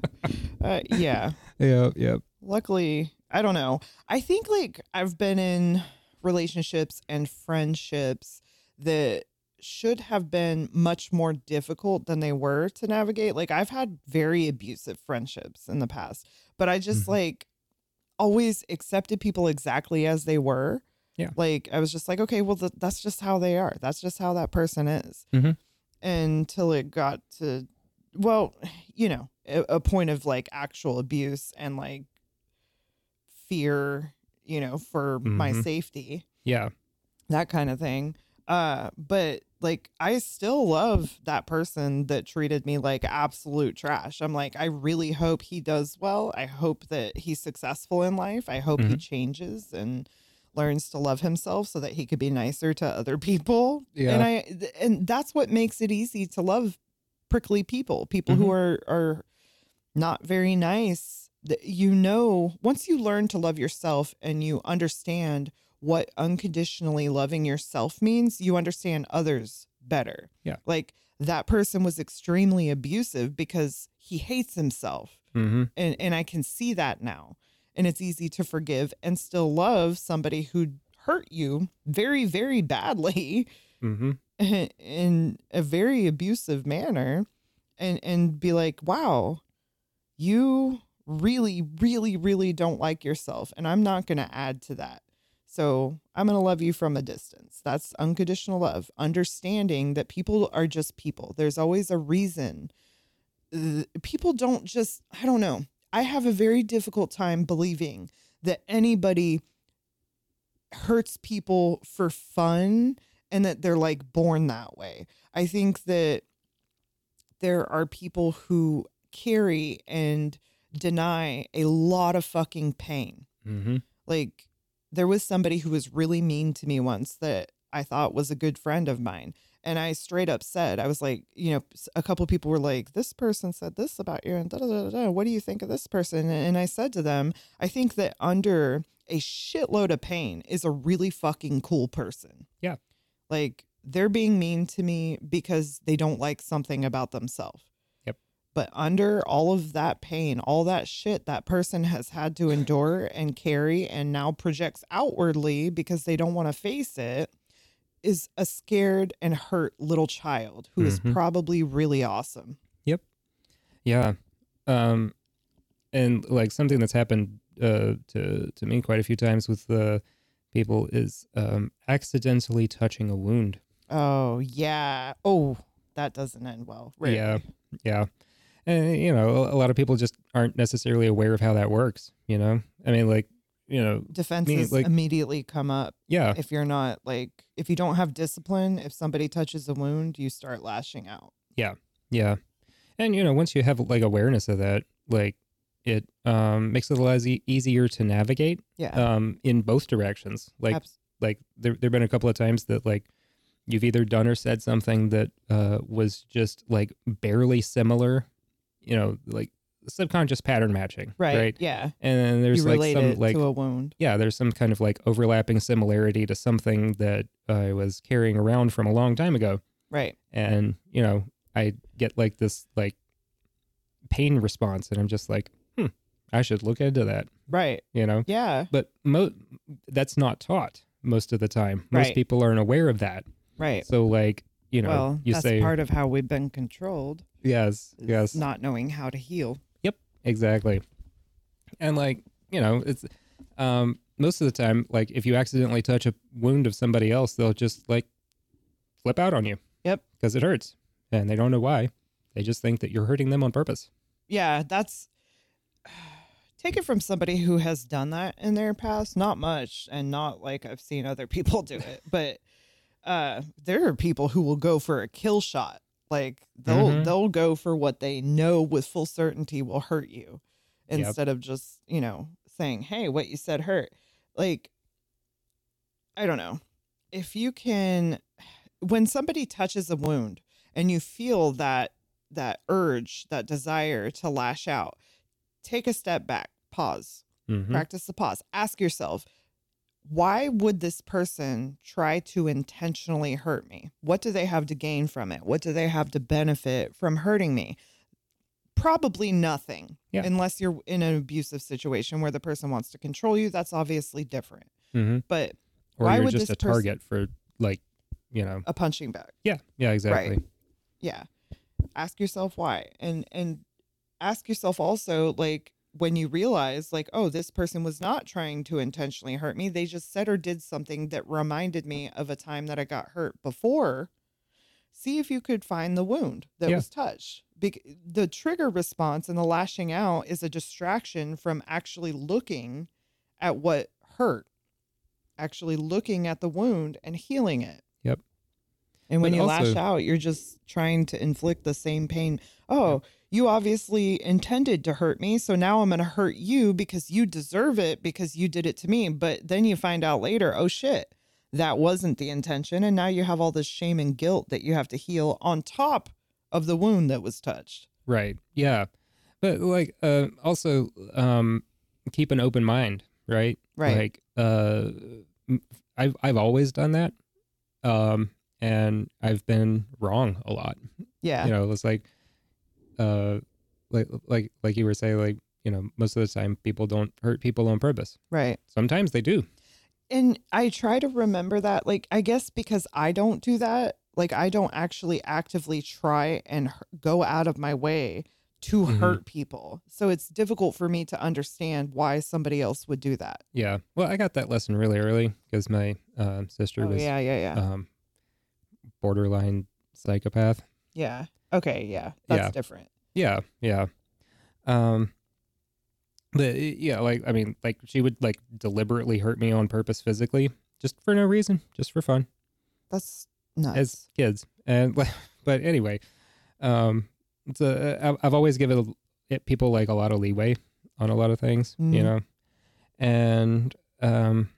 uh, yeah yeah, yeah. luckily i don't know i think like i've been in relationships and friendships that should have been much more difficult than they were to navigate like i've had very abusive friendships in the past but i just Mhm. like always accepted people exactly as they were Yeah. like i was just like okay well th- that's just how they are that's just how that person is Mhm. until it got to well you know a, a point of like actual abuse and like fear, you know, for my Mhm. safety, Yeah. that kind of thing. Uh, but like I still love that person that treated me like absolute trash. I'm like, I really hope he does well. I hope that he's successful in life. I hope he changes and learns to love himself so that he could be nicer to other people. Yeah. And I th- and that's what makes it easy to love prickly people, people who are Mm-hmm. are not very nice. Th- You know, once you learn to love yourself and you understand what unconditionally loving yourself means, you understand others better. Yeah. Like that person was extremely abusive because he hates himself. Mm-hmm. And and I can see that now. And it's easy to forgive and still love somebody who hurt you very very badly Mm-hmm. in a very abusive manner and and be like wow you really really really don't like yourself and i'm not going to add to that so i'm going to love you from a distance that's unconditional love understanding that people are just people there's always a reason Th- people don't just i don't know i have a very difficult time believing that anybody hurts people for fun and that they're like born that way. I think that there are people who carry and deny a lot of fucking pain. Mm-hmm. Like there was somebody who was really mean to me once that I thought was a good friend of mine. And I straight up said, I was like, you know, s- a couple people were like, this person said this about you, and da da da da. What do you think of this person? And I said to them, I think that under a shitload of pain is a really fucking cool person. Yeah. Like they're being mean to me because they don't like something about themselves. Yep. But under all of that pain, all that shit that person has had to endure and carry and now projects outwardly because they don't want to face it is a scared and hurt little child who is Mhm. probably really awesome. Yeah. Um and like something that's happened uh to to me quite a few times with uh, people is um accidentally touching a wound. Oh, yeah. Oh, that doesn't end well. Right. Yeah, yeah. And you know, a- a lot of people just aren't necessarily aware of how that works. You know, I mean, like, you know, Defenses like- immediately come up yeah, if you're not like if you don't have discipline if somebody touches a wound you start lashing out yeah. and you know once you have like awareness of that like it um makes it a lot e- easier to navigate Yeah. um in both directions like abs- like there there've been a couple of times that like you've either done or said something that uh was just like barely similar you know like subconscious pattern matching right, right, Yeah. and then there's you like relate some it like to a wound. yeah, there's some kind of like overlapping similarity to something that I was carrying around from a long time ago. Right. And, you know, I get like this like pain response and I'm just like, hmm, I should look into that, Right. you know? Yeah. But mo- that's not taught most of the time. Most Right. people aren't aware of that. Right. So, like, you know, well, you that's say, part of how we've been controlled. yes, is yes. Not knowing how to heal. Exactly. And like, you know, it's um most of the time like if you accidentally touch a wound of somebody else, they'll just like flip out on you. Yep. Cuz it hurts and they don't know why. They just think that you're hurting them on purpose. Yeah. That's take it from somebody who has done that in their past. Not much, and not like I've seen other people do it, but uh, there are people who will go for a kill shot. Like they'll Mhm. they'll go for what they know with full certainty will hurt you, Yep. instead of just you know saying, "Hey, what you said hurt." Like I don't know if you can when somebody touches a wound and you feel that that urge that desire to lash out take a step back pause Mhm. practice the pause ask yourself why would this person try to intentionally hurt me what do they have to gain from it what do they have to benefit from hurting me probably nothing Yeah. unless you're in an abusive situation where the person wants to control you that's obviously different Mhm. but Or Why you're would just this a person- target for like, you know. a punching bag Yeah. Yeah, exactly. yeah ask yourself why and and ask yourself also like when you realize like oh this person was not trying to intentionally hurt me they just said or did something that reminded me of a time that i got hurt before see if you could find the wound that Yeah. was touched Bec- the trigger response and the lashing out is a distraction from actually looking at what hurt actually looking at the wound and healing it Yep. and when But you lash also- out, you're just trying to inflict the same pain. Oh, you obviously intended to hurt me. So now I'm going to hurt you because you deserve it because you did it to me. But then you find out later, oh shit, that wasn't the intention. And now you have all this shame and guilt that you have to heal on top of the wound that was touched. Right. Yeah. But like uh also um keep an open mind, right? Right. Like, uh, m- I've I've always done that, um, and I've been wrong a lot. yeah. You know, it's like, uh, like like like you were saying, like you know, most of the time people don't hurt people on purpose. Right. Sometimes they do. and I try to remember that. Like, I guess because I don't do that, like, I don't actually actively try and h- go out of my way to Mhm. hurt people. So it's difficult for me to understand why somebody else would do that. Yeah. Well, I got that lesson really early because my uh, sister Oh, was yeah, yeah, yeah. um, borderline psychopath. yeah. Okay. Yeah. That's yeah. different. Yeah, yeah. Um but yeah, like I mean, like she would like deliberately hurt me on purpose physically, just for no reason, just for fun That's nuts. as kids. And but anyway, um it's a, I've- I've always given it people like a lot of leeway on a lot of things, Mm. you know. And um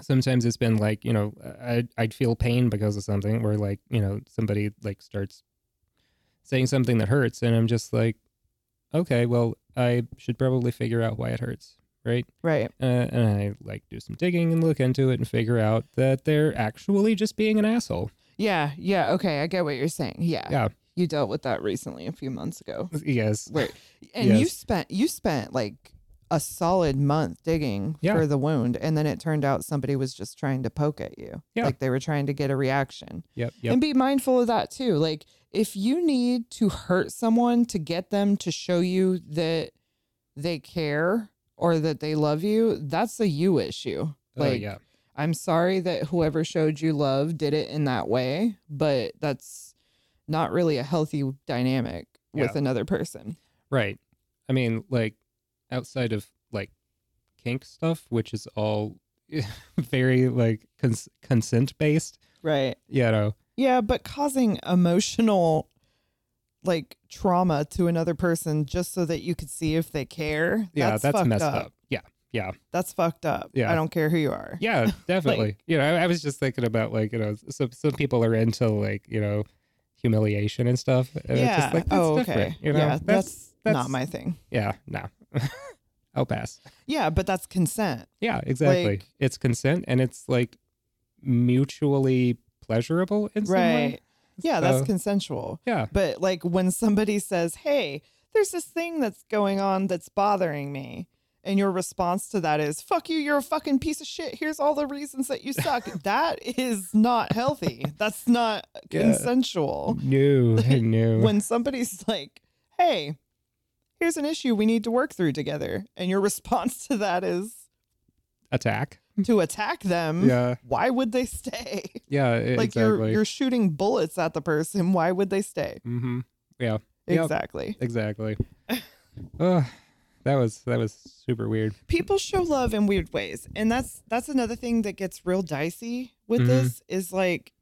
sometimes it's been like, you know, I I'd feel pain because of something where like, you know, somebody like starts saying something that hurts and I'm just like, okay, well, I should probably figure out why it hurts, right? right. uh, and I like do some digging and look into it and figure out that they're actually just being an asshole. Yeah. Yeah. Okay. I get what you're saying. Yeah. Yeah. You dealt with that recently a few months ago. Yes. Wait, and you Yes. spent you spent like a solid month digging Yeah. for the wound, and then it turned out somebody was just trying to poke at you. Yeah. like they were trying to get a reaction. Yep. Yep. And be mindful of that too. Like if you need to hurt someone to get them to show you that they care or that they love you, that's a you issue. oh, like- yeah. I'm sorry that whoever showed you love did it in that way, but that's not really a healthy dynamic with Yeah. another person. Right. I mean, like outside of like kink stuff, which is all very like cons- consent based, Right. you know. Yeah, but causing emotional like trauma to another person just so that you could see if they care. Yeah, that's, fucked messed up. Yeah, That's fucked up. Yeah. I don't care who you are. yeah, definitely. you know, I, I was just thinking about like you know, some some people are into like you know, humiliation and stuff. And it's yeah. just like, that's oh, different, okay. You know, yeah, that's, that's- not my thing. yeah, no, I'll pass. Yeah, but that's consent. Yeah, exactly. Like- it's consent and it's like mutually pleasurable in some way. Right. Yeah, that's So- consensual. Yeah. But like when somebody says, "Hey, there's this thing that's going on that's bothering me." And your response to that is, "Fuck you, you're a fucking piece of shit. Here's all the reasons that you suck." that is not healthy. That's not Yeah. consensual. No, no. Uh, When somebody's like, "Hey, here's an issue we need to work through together." And your response to that is Attack. to attack them. Yeah. Why would they stay? Yeah. e- Hmm? like exactly. you're you're shooting bullets at the person. Why would they stay? hmm Yeah. Yep. Exactly. Exactly. Ugh, that was that was super weird. people show love in weird ways and that's that's another thing that gets real dicey with Mhm. this is like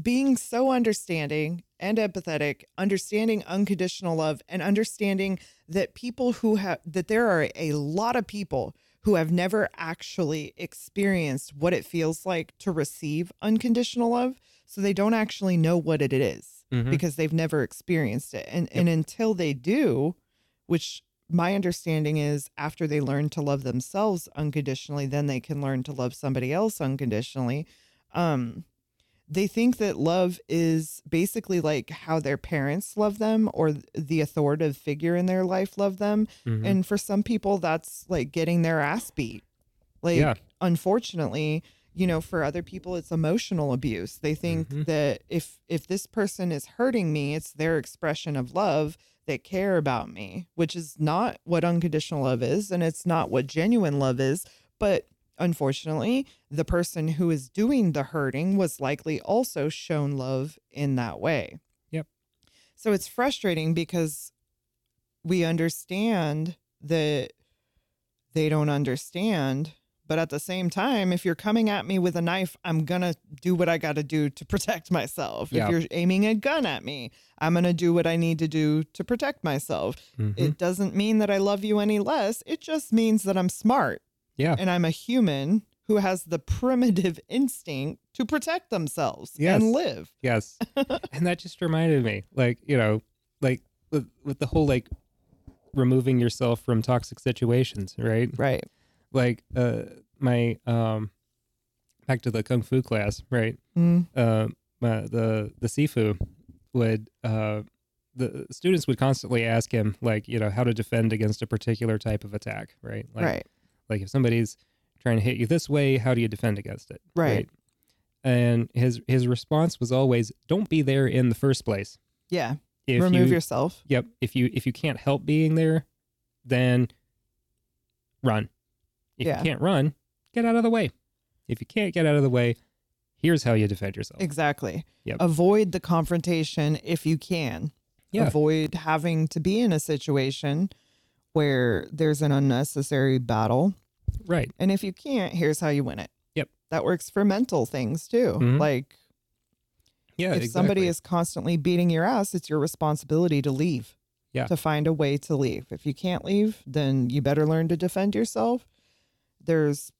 being so understanding and empathetic understanding unconditional love and understanding that people who have that there are a lot of people who have never actually experienced what it feels like to receive unconditional love so they don't actually know what it is Mhm. because they've never experienced it. And and until they do, which my understanding is after they learn to love themselves unconditionally, then they can learn to love somebody else unconditionally. Um they think that love is basically like how their parents love them or th- the authoritative figure in their life love them. Mhm. And for some people, that's like getting their ass beat. Like, Yeah. unfortunately, you know, for other people, it's emotional abuse. They think Mhm. that if if this person is hurting me, it's their expression of love. They care about me, which is not what unconditional love is, and it's not what genuine love is. But unfortunately, the person who is doing the hurting was likely also shown love in that way. Yep. So it's frustrating because we understand that they don't understand. But at the same time, if you're coming at me with a knife, I'm going to do what I got to do to protect myself. Yeah. If you're aiming a gun at me, I'm going to do what I need to do to protect myself. Mhm. It doesn't mean that I love you any less. It just means that I'm smart yeah. and I'm a human who has the primitive instinct to protect themselves Yes. and live. Yes. and that just reminded me, like, you know, like with, with the whole like removing yourself from toxic situations, right? Right. Like uh my um back to the kung fu class, right? Mm. uh, my- the the Sifu would uh, the students would constantly ask him like you know how to defend against a particular type of attack, right? Like, right. Like if somebody's trying to hit you this way, how do you defend against it? Right. And his his response was always, "Don't be there in the first place. Yeah. If Remove you, yourself. Yep. If you if you can't help being there, then run. If Yeah. you can't run, get out of the way. If you can't get out of the way, here's how you defend yourself. Exactly. Yep. Avoid the confrontation if you can. Yeah. Avoid having to be in a situation where there's an unnecessary battle. Right. And if you can't, here's how you win it. Yep. That works for mental things too. Mhm. Like Yeah, if exactly. somebody is constantly beating your ass, it's your responsibility to leave. Yeah. To find a way to leave. If you can't leave, then you better learn to defend yourself. There's,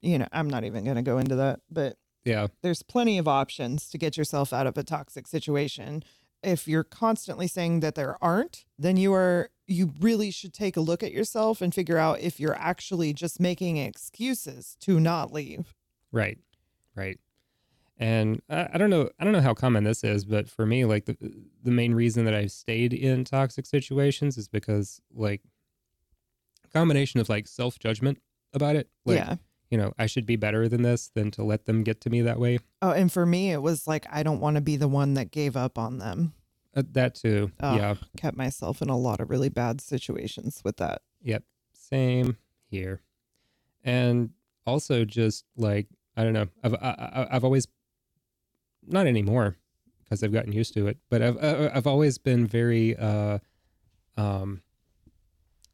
you know, I'm not even going to go into that, but yeah, there's plenty of options to get yourself out of a toxic situation. If you're constantly saying that there aren't, then you are you really should take a look at yourself and figure out if you're actually just making excuses to not leave. right, right. And I, I don't know, I don't know how common this is, but for me, like the the main reason that I've stayed in toxic situations is because like a combination of like self judgment about it. Like, yeah. you know, I should be better than this than to let them get to me that way. Oh, and for me it was like I don't want to be the one that gave up on them. Uh, that too. Ugh. Yeah. kept myself in a lot of really bad situations with that. Yep. Same here. And also just like I don't know, I've I, I, I've always not anymore because I've gotten used to it, but I've I- I've always been very uh um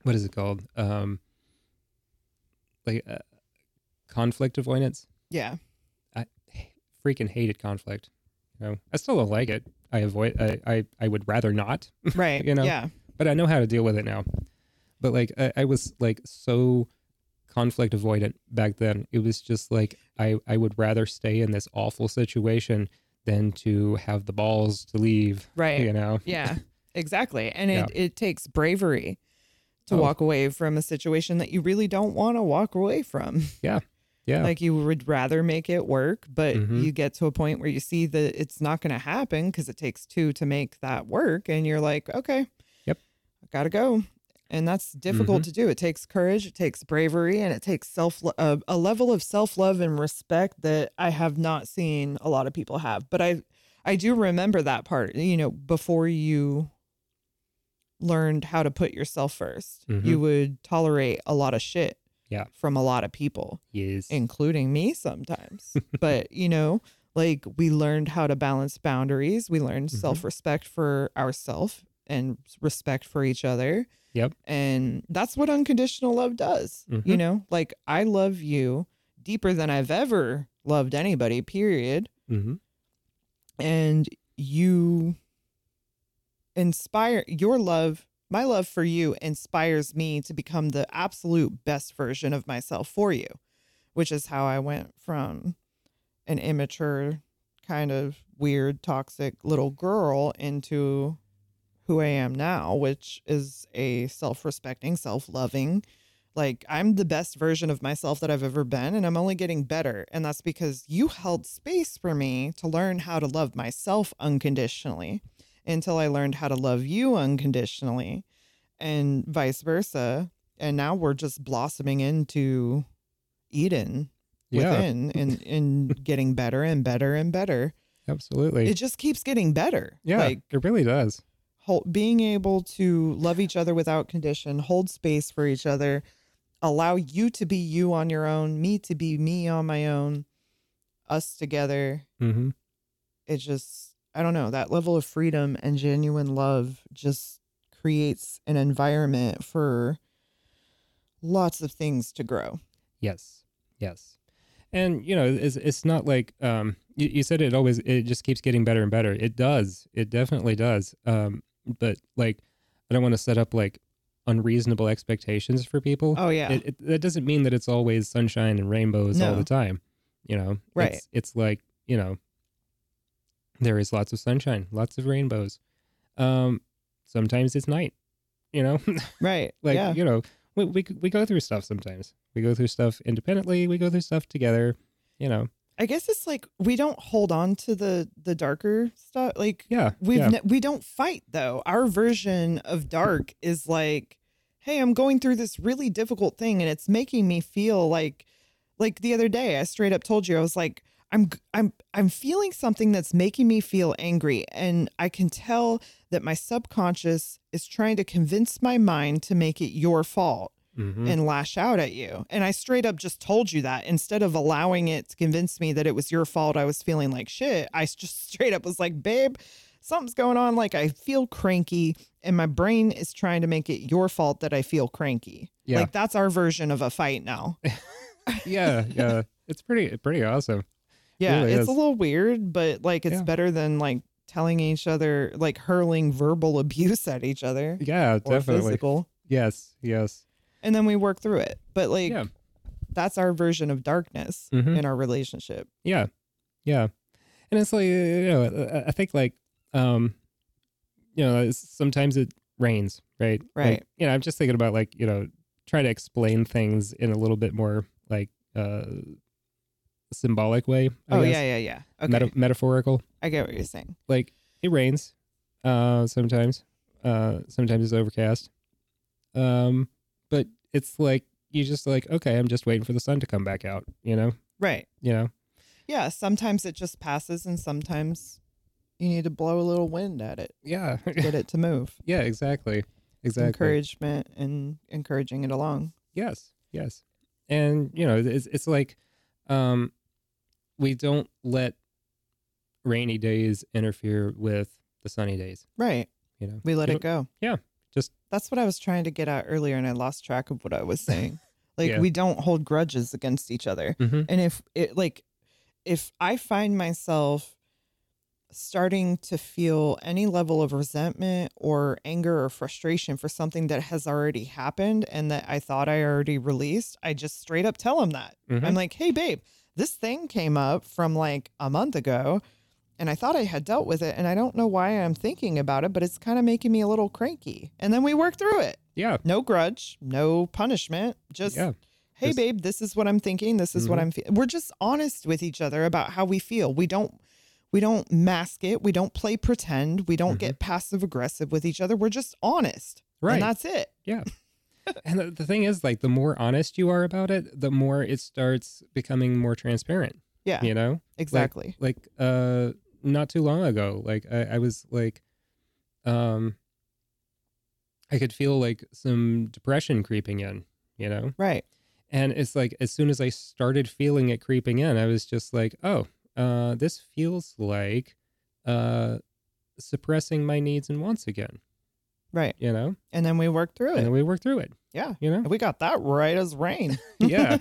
what is it called? Um like uh, conflict avoidance. Yeah. I freaking hated conflict. You know, I still don't like it. I avoid. I I, I would rather not. right you know? yeah but I know how to deal with it now. But like I, I was like so conflict avoidant back then. It was just like I I would rather stay in this awful situation than to have the balls to leave. right You know. Yeah, exactly. And Yeah. it, it takes bravery to Oh. walk away from a situation that you really don't want to walk away from. Yeah. Like you would rather make it work, but Mhm. you get to a point where you see that it's not going to happen because it takes two to make that work. And you're like, okay, Yep. Mm-hmm. I got to go. And that's difficult to do. It takes courage, it takes bravery, and it takes self uh, a level of self love and respect that I have not seen a lot of people have. But I I do remember that part. You know, before you learned how to put yourself 1st Mhm. you would tolerate a lot of shit Yeah. from a lot of people, yes. including me sometimes. but, you know, like we learned how to balance boundaries, we learned Mhm. self respect for ourselves and respect for each other. Yep. And that's what unconditional love does. You Mhm. know, like I love you deeper than I've ever loved anybody, period hmm and you inspire your love my love for you inspires me to become the absolute best version of myself for you which is how i went from an immature kind of weird toxic little girl into who i am now which is a self-respecting self-loving like i'm the best version of myself that i've ever been and i'm only getting better and that's because you held space for me to learn how to love myself unconditionally until i learned how to love you unconditionally and vice versa and now we're just blossoming into eden Yeah. within and and getting better and better and better Absolutely. it just keeps getting better yeah. like it really does. hold, being able to love each other without condition, hold space for each other, allow you to be you on your own, me to be me on my own, us together. hmm It's just, I don't know, that level of freedom and genuine love just creates an environment for lots of things to grow. Yes. Yes. And you know, it's it's not like um you, you said it always it just keeps getting better and better. It does. It definitely does. Um but like I don't want to set up like unreasonable expectations for people. Oh, yeah. It, it, that doesn't mean that it's always sunshine and rainbows all No. the time. You know, Right. It's, it's like you know, there is lots of sunshine, lots of rainbows. Um, sometimes it's night. You know, right. like yeah. you know, we, we we go through stuff sometimes. We go through stuff independently. We go through stuff together. You know, I guess it's like we don't hold on to the the darker stuff. Like yeah, We've yeah, ne- we don't fight though. Our version of dark is like, hey, I'm going through this really difficult thing, and it's making me feel like, like the other day, I straight up told you I was like, I'm g- I'm I'm feeling something that's making me feel angry, and I can tell that my subconscious is trying to convince my mind to make it your fault Mhm. and lash out at you. And I straight up just told you that instead of allowing it to convince me that it was your fault, I was feeling like shit. I s- just straight up was like, babe, something's going on. Like I feel cranky, and my brain is trying to make it your fault that I feel cranky. Yeah. Like that's our version of a fight now. yeah, yeah. It's pretty pretty awesome. Yeah, really it's is. a little weird, but like it's Yeah. better than like telling each other, like hurling verbal abuse at each other Yeah, or definitely. physical. Yes, yes. And then we work through it. But like Yeah. that's our version of darkness Mhm. in our relationship. Yeah, yeah, and it's like you know, I- I think like um, you know, it's- sometimes it rains, right? Like, Right. you know, I'm just thinking about like you know, trying to explain things in a little bit more like uh, symbolic way. I Oh guess. yeah, yeah, yeah. Okay, Meta- metaphorical. I get what you're saying. Like it rains, uh, sometimes. Uh, sometimes it's overcast. Um, but it's like you just like okay, I'm just waiting for the sun to come back out. You know, Right. you know. Yeah. Sometimes it just passes, and sometimes you need to blow a little wind at it, Yeah. get it to move. Yeah, exactly. Exactly. Encouragement and encouraging it along. Yes. Yes. And you know, it's it's like um we don't let rainy days interfere with the sunny days, Right. you know. We let You it go. yeah, just- That's what I was trying to get at earlier, and I lost track of what I was saying. Like Yeah. Mm-hmm. we don't hold grudges against each other. Mhm. And if it like if I find myself starting to feel any level of resentment or anger or frustration for something that has already happened and that I thought I already released, I just straight up tell him that. Mhm. I'm like, hey, babe, this thing came up from like a month ago and I thought I had dealt with it. And I don't know why I'm thinking about it, but it's kind of making me a little cranky. And then we work through it. Yeah. No grudge, no punishment, just yeah. hey Just- babe this is what i'm thinking this is what Mhm. i'm feeling we're just honest with each other about how we feel we don't we don't mask it we don't play pretend we don't Mhm. get passive aggressive with each other we're just honest Right. and that's it and the, the thing is, like, the more honest you are about it, the more it starts becoming more transparent, yeah, you know? exactly like uh not too long ago like I, I was like um i could feel like some depression creeping in you know right and it's like as soon as i started feeling it creeping in i was just like oh uh this feels like uh suppressing my needs and wants again right you know and then we work through and it then we work through it yeah you know we got that right as rain yeah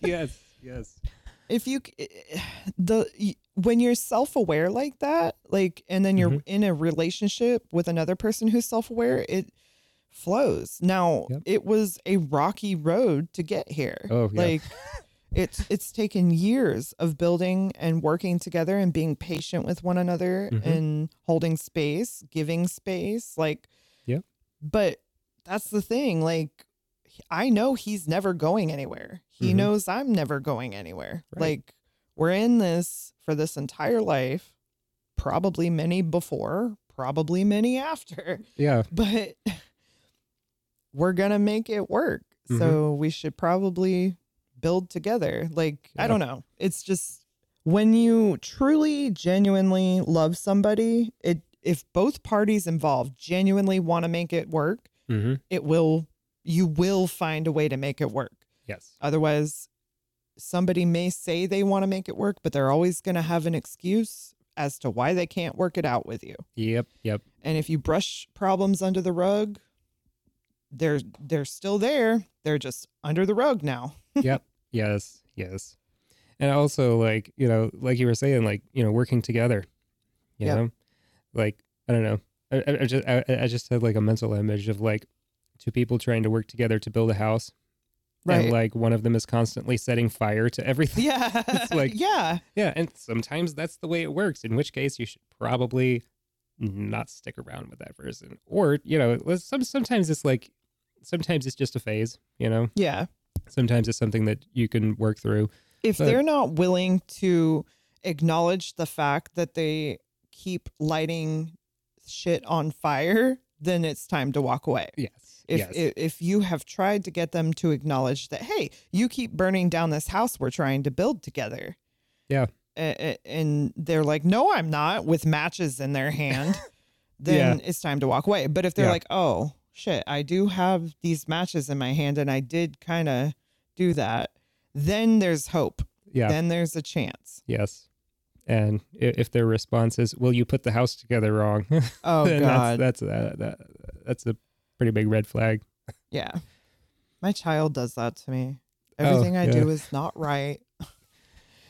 yes yes if you c- eh, the y- when you're self-aware like that like and then you're Mhm. in a relationship with another person who's self-aware it flows now Yep. it was a rocky road to get here Oh, yeah. like it's it's taken years of building and working together and being patient with one another Mhm. and holding space giving space like Yep. but that's the thing like I know he's never going anywhere. He Mhm. knows I'm never going anywhere. Right. Like we're in this for this entire life, probably many before, probably many after, yeah but we're going to make it work. Mm-hmm. So we should probably build together. Like I Yeah. don't know. It's just when you truly genuinely love somebody, it if both parties involved genuinely want to make it work, mm-hmm. it will you will find a way to make it work yes otherwise somebody may say they want to make it work but they're always going to have an excuse as to why they can't work it out with you yep yep and if you brush problems under the rug they're they're still there they're just under the rug now Yes, yes. And also like, you know, like you were saying, like, you know, working together. You Yep. know? Like, I don't know. I, I, I just I, I just had like a mental image of like two people trying to work together to build a house. And like one of them is constantly setting fire to everything. yeah It's like- yeah Yeah. And sometimes that's the way it works, in which case you should probably not stick around with that person. Or, you know, let's- some sometimes it's like sometimes it's just a phase, you know. yeah Sometimes it's something that you can work through. if But- they're not willing to acknowledge the fact that they keep lighting shit on fire, then it's time to walk away. Yes. If, yes. if if you have tried to get them to acknowledge that, hey, you keep burning down this house we're trying to build together. Yeah. A- a- And they're like, no, I'm not, with matches in their hand, then it's time to walk away. But if they're Yeah. like, oh, shit, I do have these matches in my hand and I did kind of do that, then there's hope yeah. then there's a chance. Yes. And i- if their response is, "Well, you put the house together wrong," Oh then God, that's that's uh, that, that's a pretty big red flag. yeah. My child does that to me. Oh, Everything I do yeah. is not right.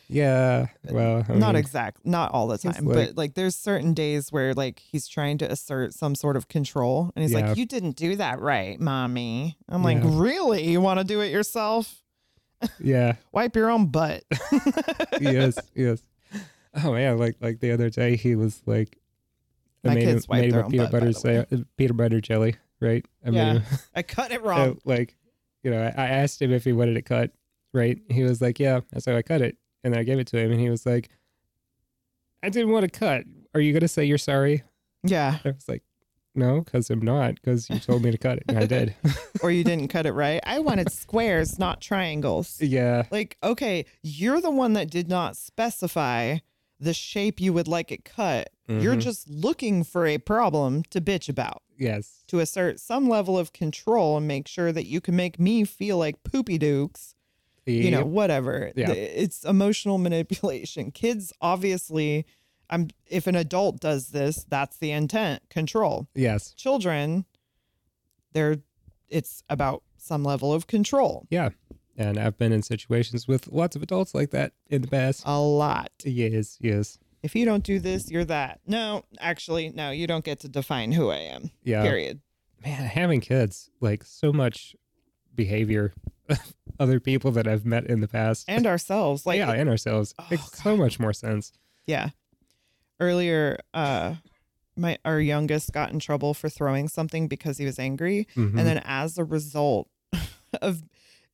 Yeah. Uh, Well, I not mean, exact, not all the he's time, like- but like there's certain days where like he's trying to assert some sort of control, and he's Yeah. like, "You didn't do that right, mommy." I'm like, Yeah. "Really? You want to do it yourself? yeah. Wipe your own butt." yes. Yes. Oh man, like like the other day, he was like, My made him- kids wipe made him their a own peanut butt, by butter the way. sa- peanut butter jelly, right? I made Yeah. him- I cut it uh, wrong. like, you know, I, I asked him if he wanted it cut, right? He was like, "Yeah." And so I cut it, and I gave it to him, and he was like, "I didn't want to cut. Are you gonna say you're sorry?" Yeah, I was like, no, because I'm not, because you told me to cut it. And I did. or you didn't cut it right. I wanted squares, not triangles. yeah. Like, okay, you're the one that did not specify the shape you would like it cut. You're Mhm. just looking for a problem to bitch about, Yes. to assert some level of control and make sure that you can make me feel like poopy dukes, you know, Yep. whatever. Yeah. Th- It's emotional manipulation. Kids obviously I'm if an adult does this, that's the intent, control. Yes. Children, they're it's about some level of control. And I've been in situations with lots of adults like that in the past. A lot. Yes. Yes. if you don't do this, you're that. No, actually, no, you don't get to define who I am. Yeah. Period. Man, having kids, like so much behavior of other people that I've met in the past. And ourselves. Like yeah, and ourselves. Oh, makes so much more sense. Yeah. Earlier, uh my our youngest got in trouble for throwing something because he was angry. Mhm. And then as a result of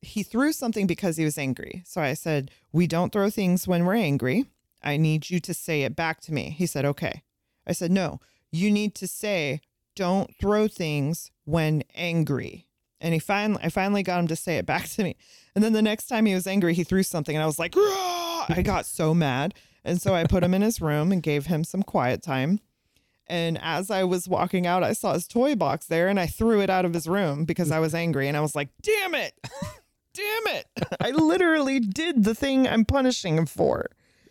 he threw something because he was angry. So I said, "We don't throw things when we're angry. I need you to say it back to me." He said, "Okay." I said, "No, you need to say don't throw things when angry." And he finally I finally got him to say it back to me. And then the next time he was angry, he threw something and I was like, "Rah!" I got so mad. And so I put him in his room and gave him some quiet time. And as I was walking out, I saw his toy box there and I threw it out of his room because I was angry. And I was like, damn it. Damn it. I literally did the thing I'm punishing him for.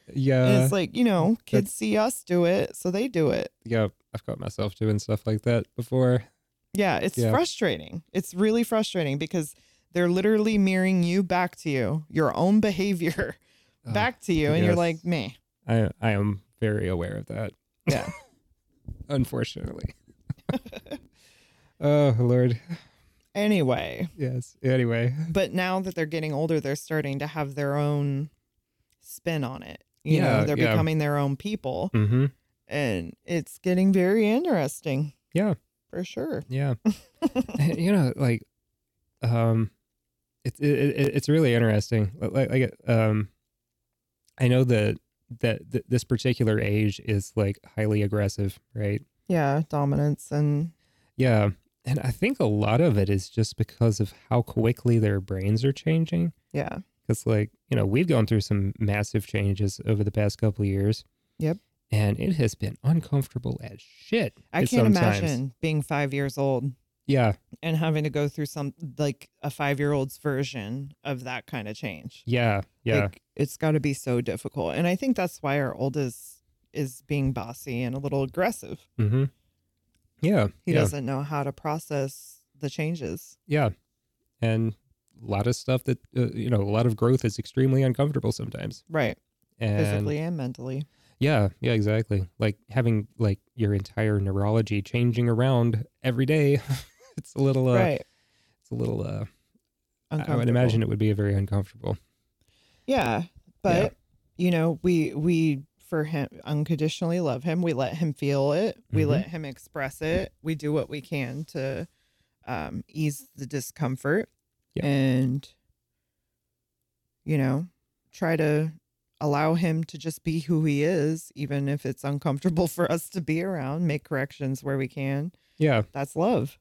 and yeah. it's like, you know, kids see us do it, so they do it. yeah. I've caught myself doing stuff like that before. Yeah, it's Yeah. frustrating. It's really frustrating because they're literally mirroring you back to you, your own behavior Oh, back to you. And you're yes. like, meh. I I am very aware of that. Yeah. Unfortunately. oh Lord. Anyway. Yes. Anyway. but now that they're getting older they're starting to have their own spin on it you Yeah, know they're yeah. becoming their own people Mm-hmm. and it's getting very interesting Yeah. for sure Yeah. you know, like, um, it's it, it, it's really interesting. Like, like, um, I know that that th- this particular age is like highly aggressive, right? yeah dominance and Yeah, and I think a lot of it is just because of how quickly their brains are changing. yeah Because, like, you know, we've gone through some massive changes over the past couple of years. Yep. And it has been uncomfortable as shit. i at can't sometimes. imagine being five years old Yeah. and having to go through some like a five year old's version of that kind of change Yeah. Yeah. Like, it's got to be so difficult and i think that's why our oldest is being bossy and a little aggressive mm-hmm. Yeah. he yeah. doesn't know how to process the changes Yeah. And a lot of stuff that, uh, you know, a lot of growth is extremely uncomfortable sometimes. Right. And Physically and mentally. yeah, yeah, exactly. Like having like your entire neurology changing around every day. it's a little, uh, right. it's a little, uh, I Uncomfortable. would imagine it would be a very uncomfortable. Yeah. But you know, we we for him unconditionally love him. We let him feel it. We Mhm. let him express it. We do what we can to um ease the discomfort Yeah. and you know, try to allow him to just be who he is even if it's uncomfortable for us to be around, make corrections where we can. Yeah, That's love.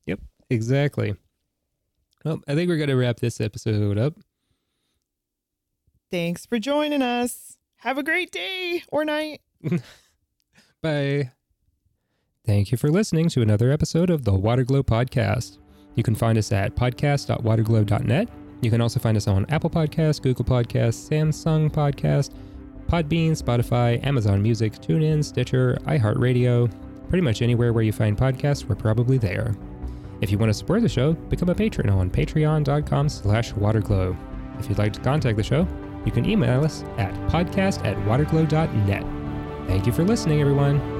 exactly. Well, I think we're going to wrap this episode up. Thanks for joining us. Have a great day or night. Bye. Thank you for listening to another episode of the Waterglow Podcast. You can find us at podcast.waterglow.net. You can also find us on Apple Podcasts, Google Podcasts, Samsung Podcast, Podbean, Spotify, Amazon Music, TuneIn, Stitcher, iHeartRadio. Pretty much anywhere where you find podcasts, we're probably there. If you want to support the show, become a patron on patreon.com slash waterglow. If you'd like to contact the show, you can email us at podcast at waterglow.net. Thank you for listening, everyone.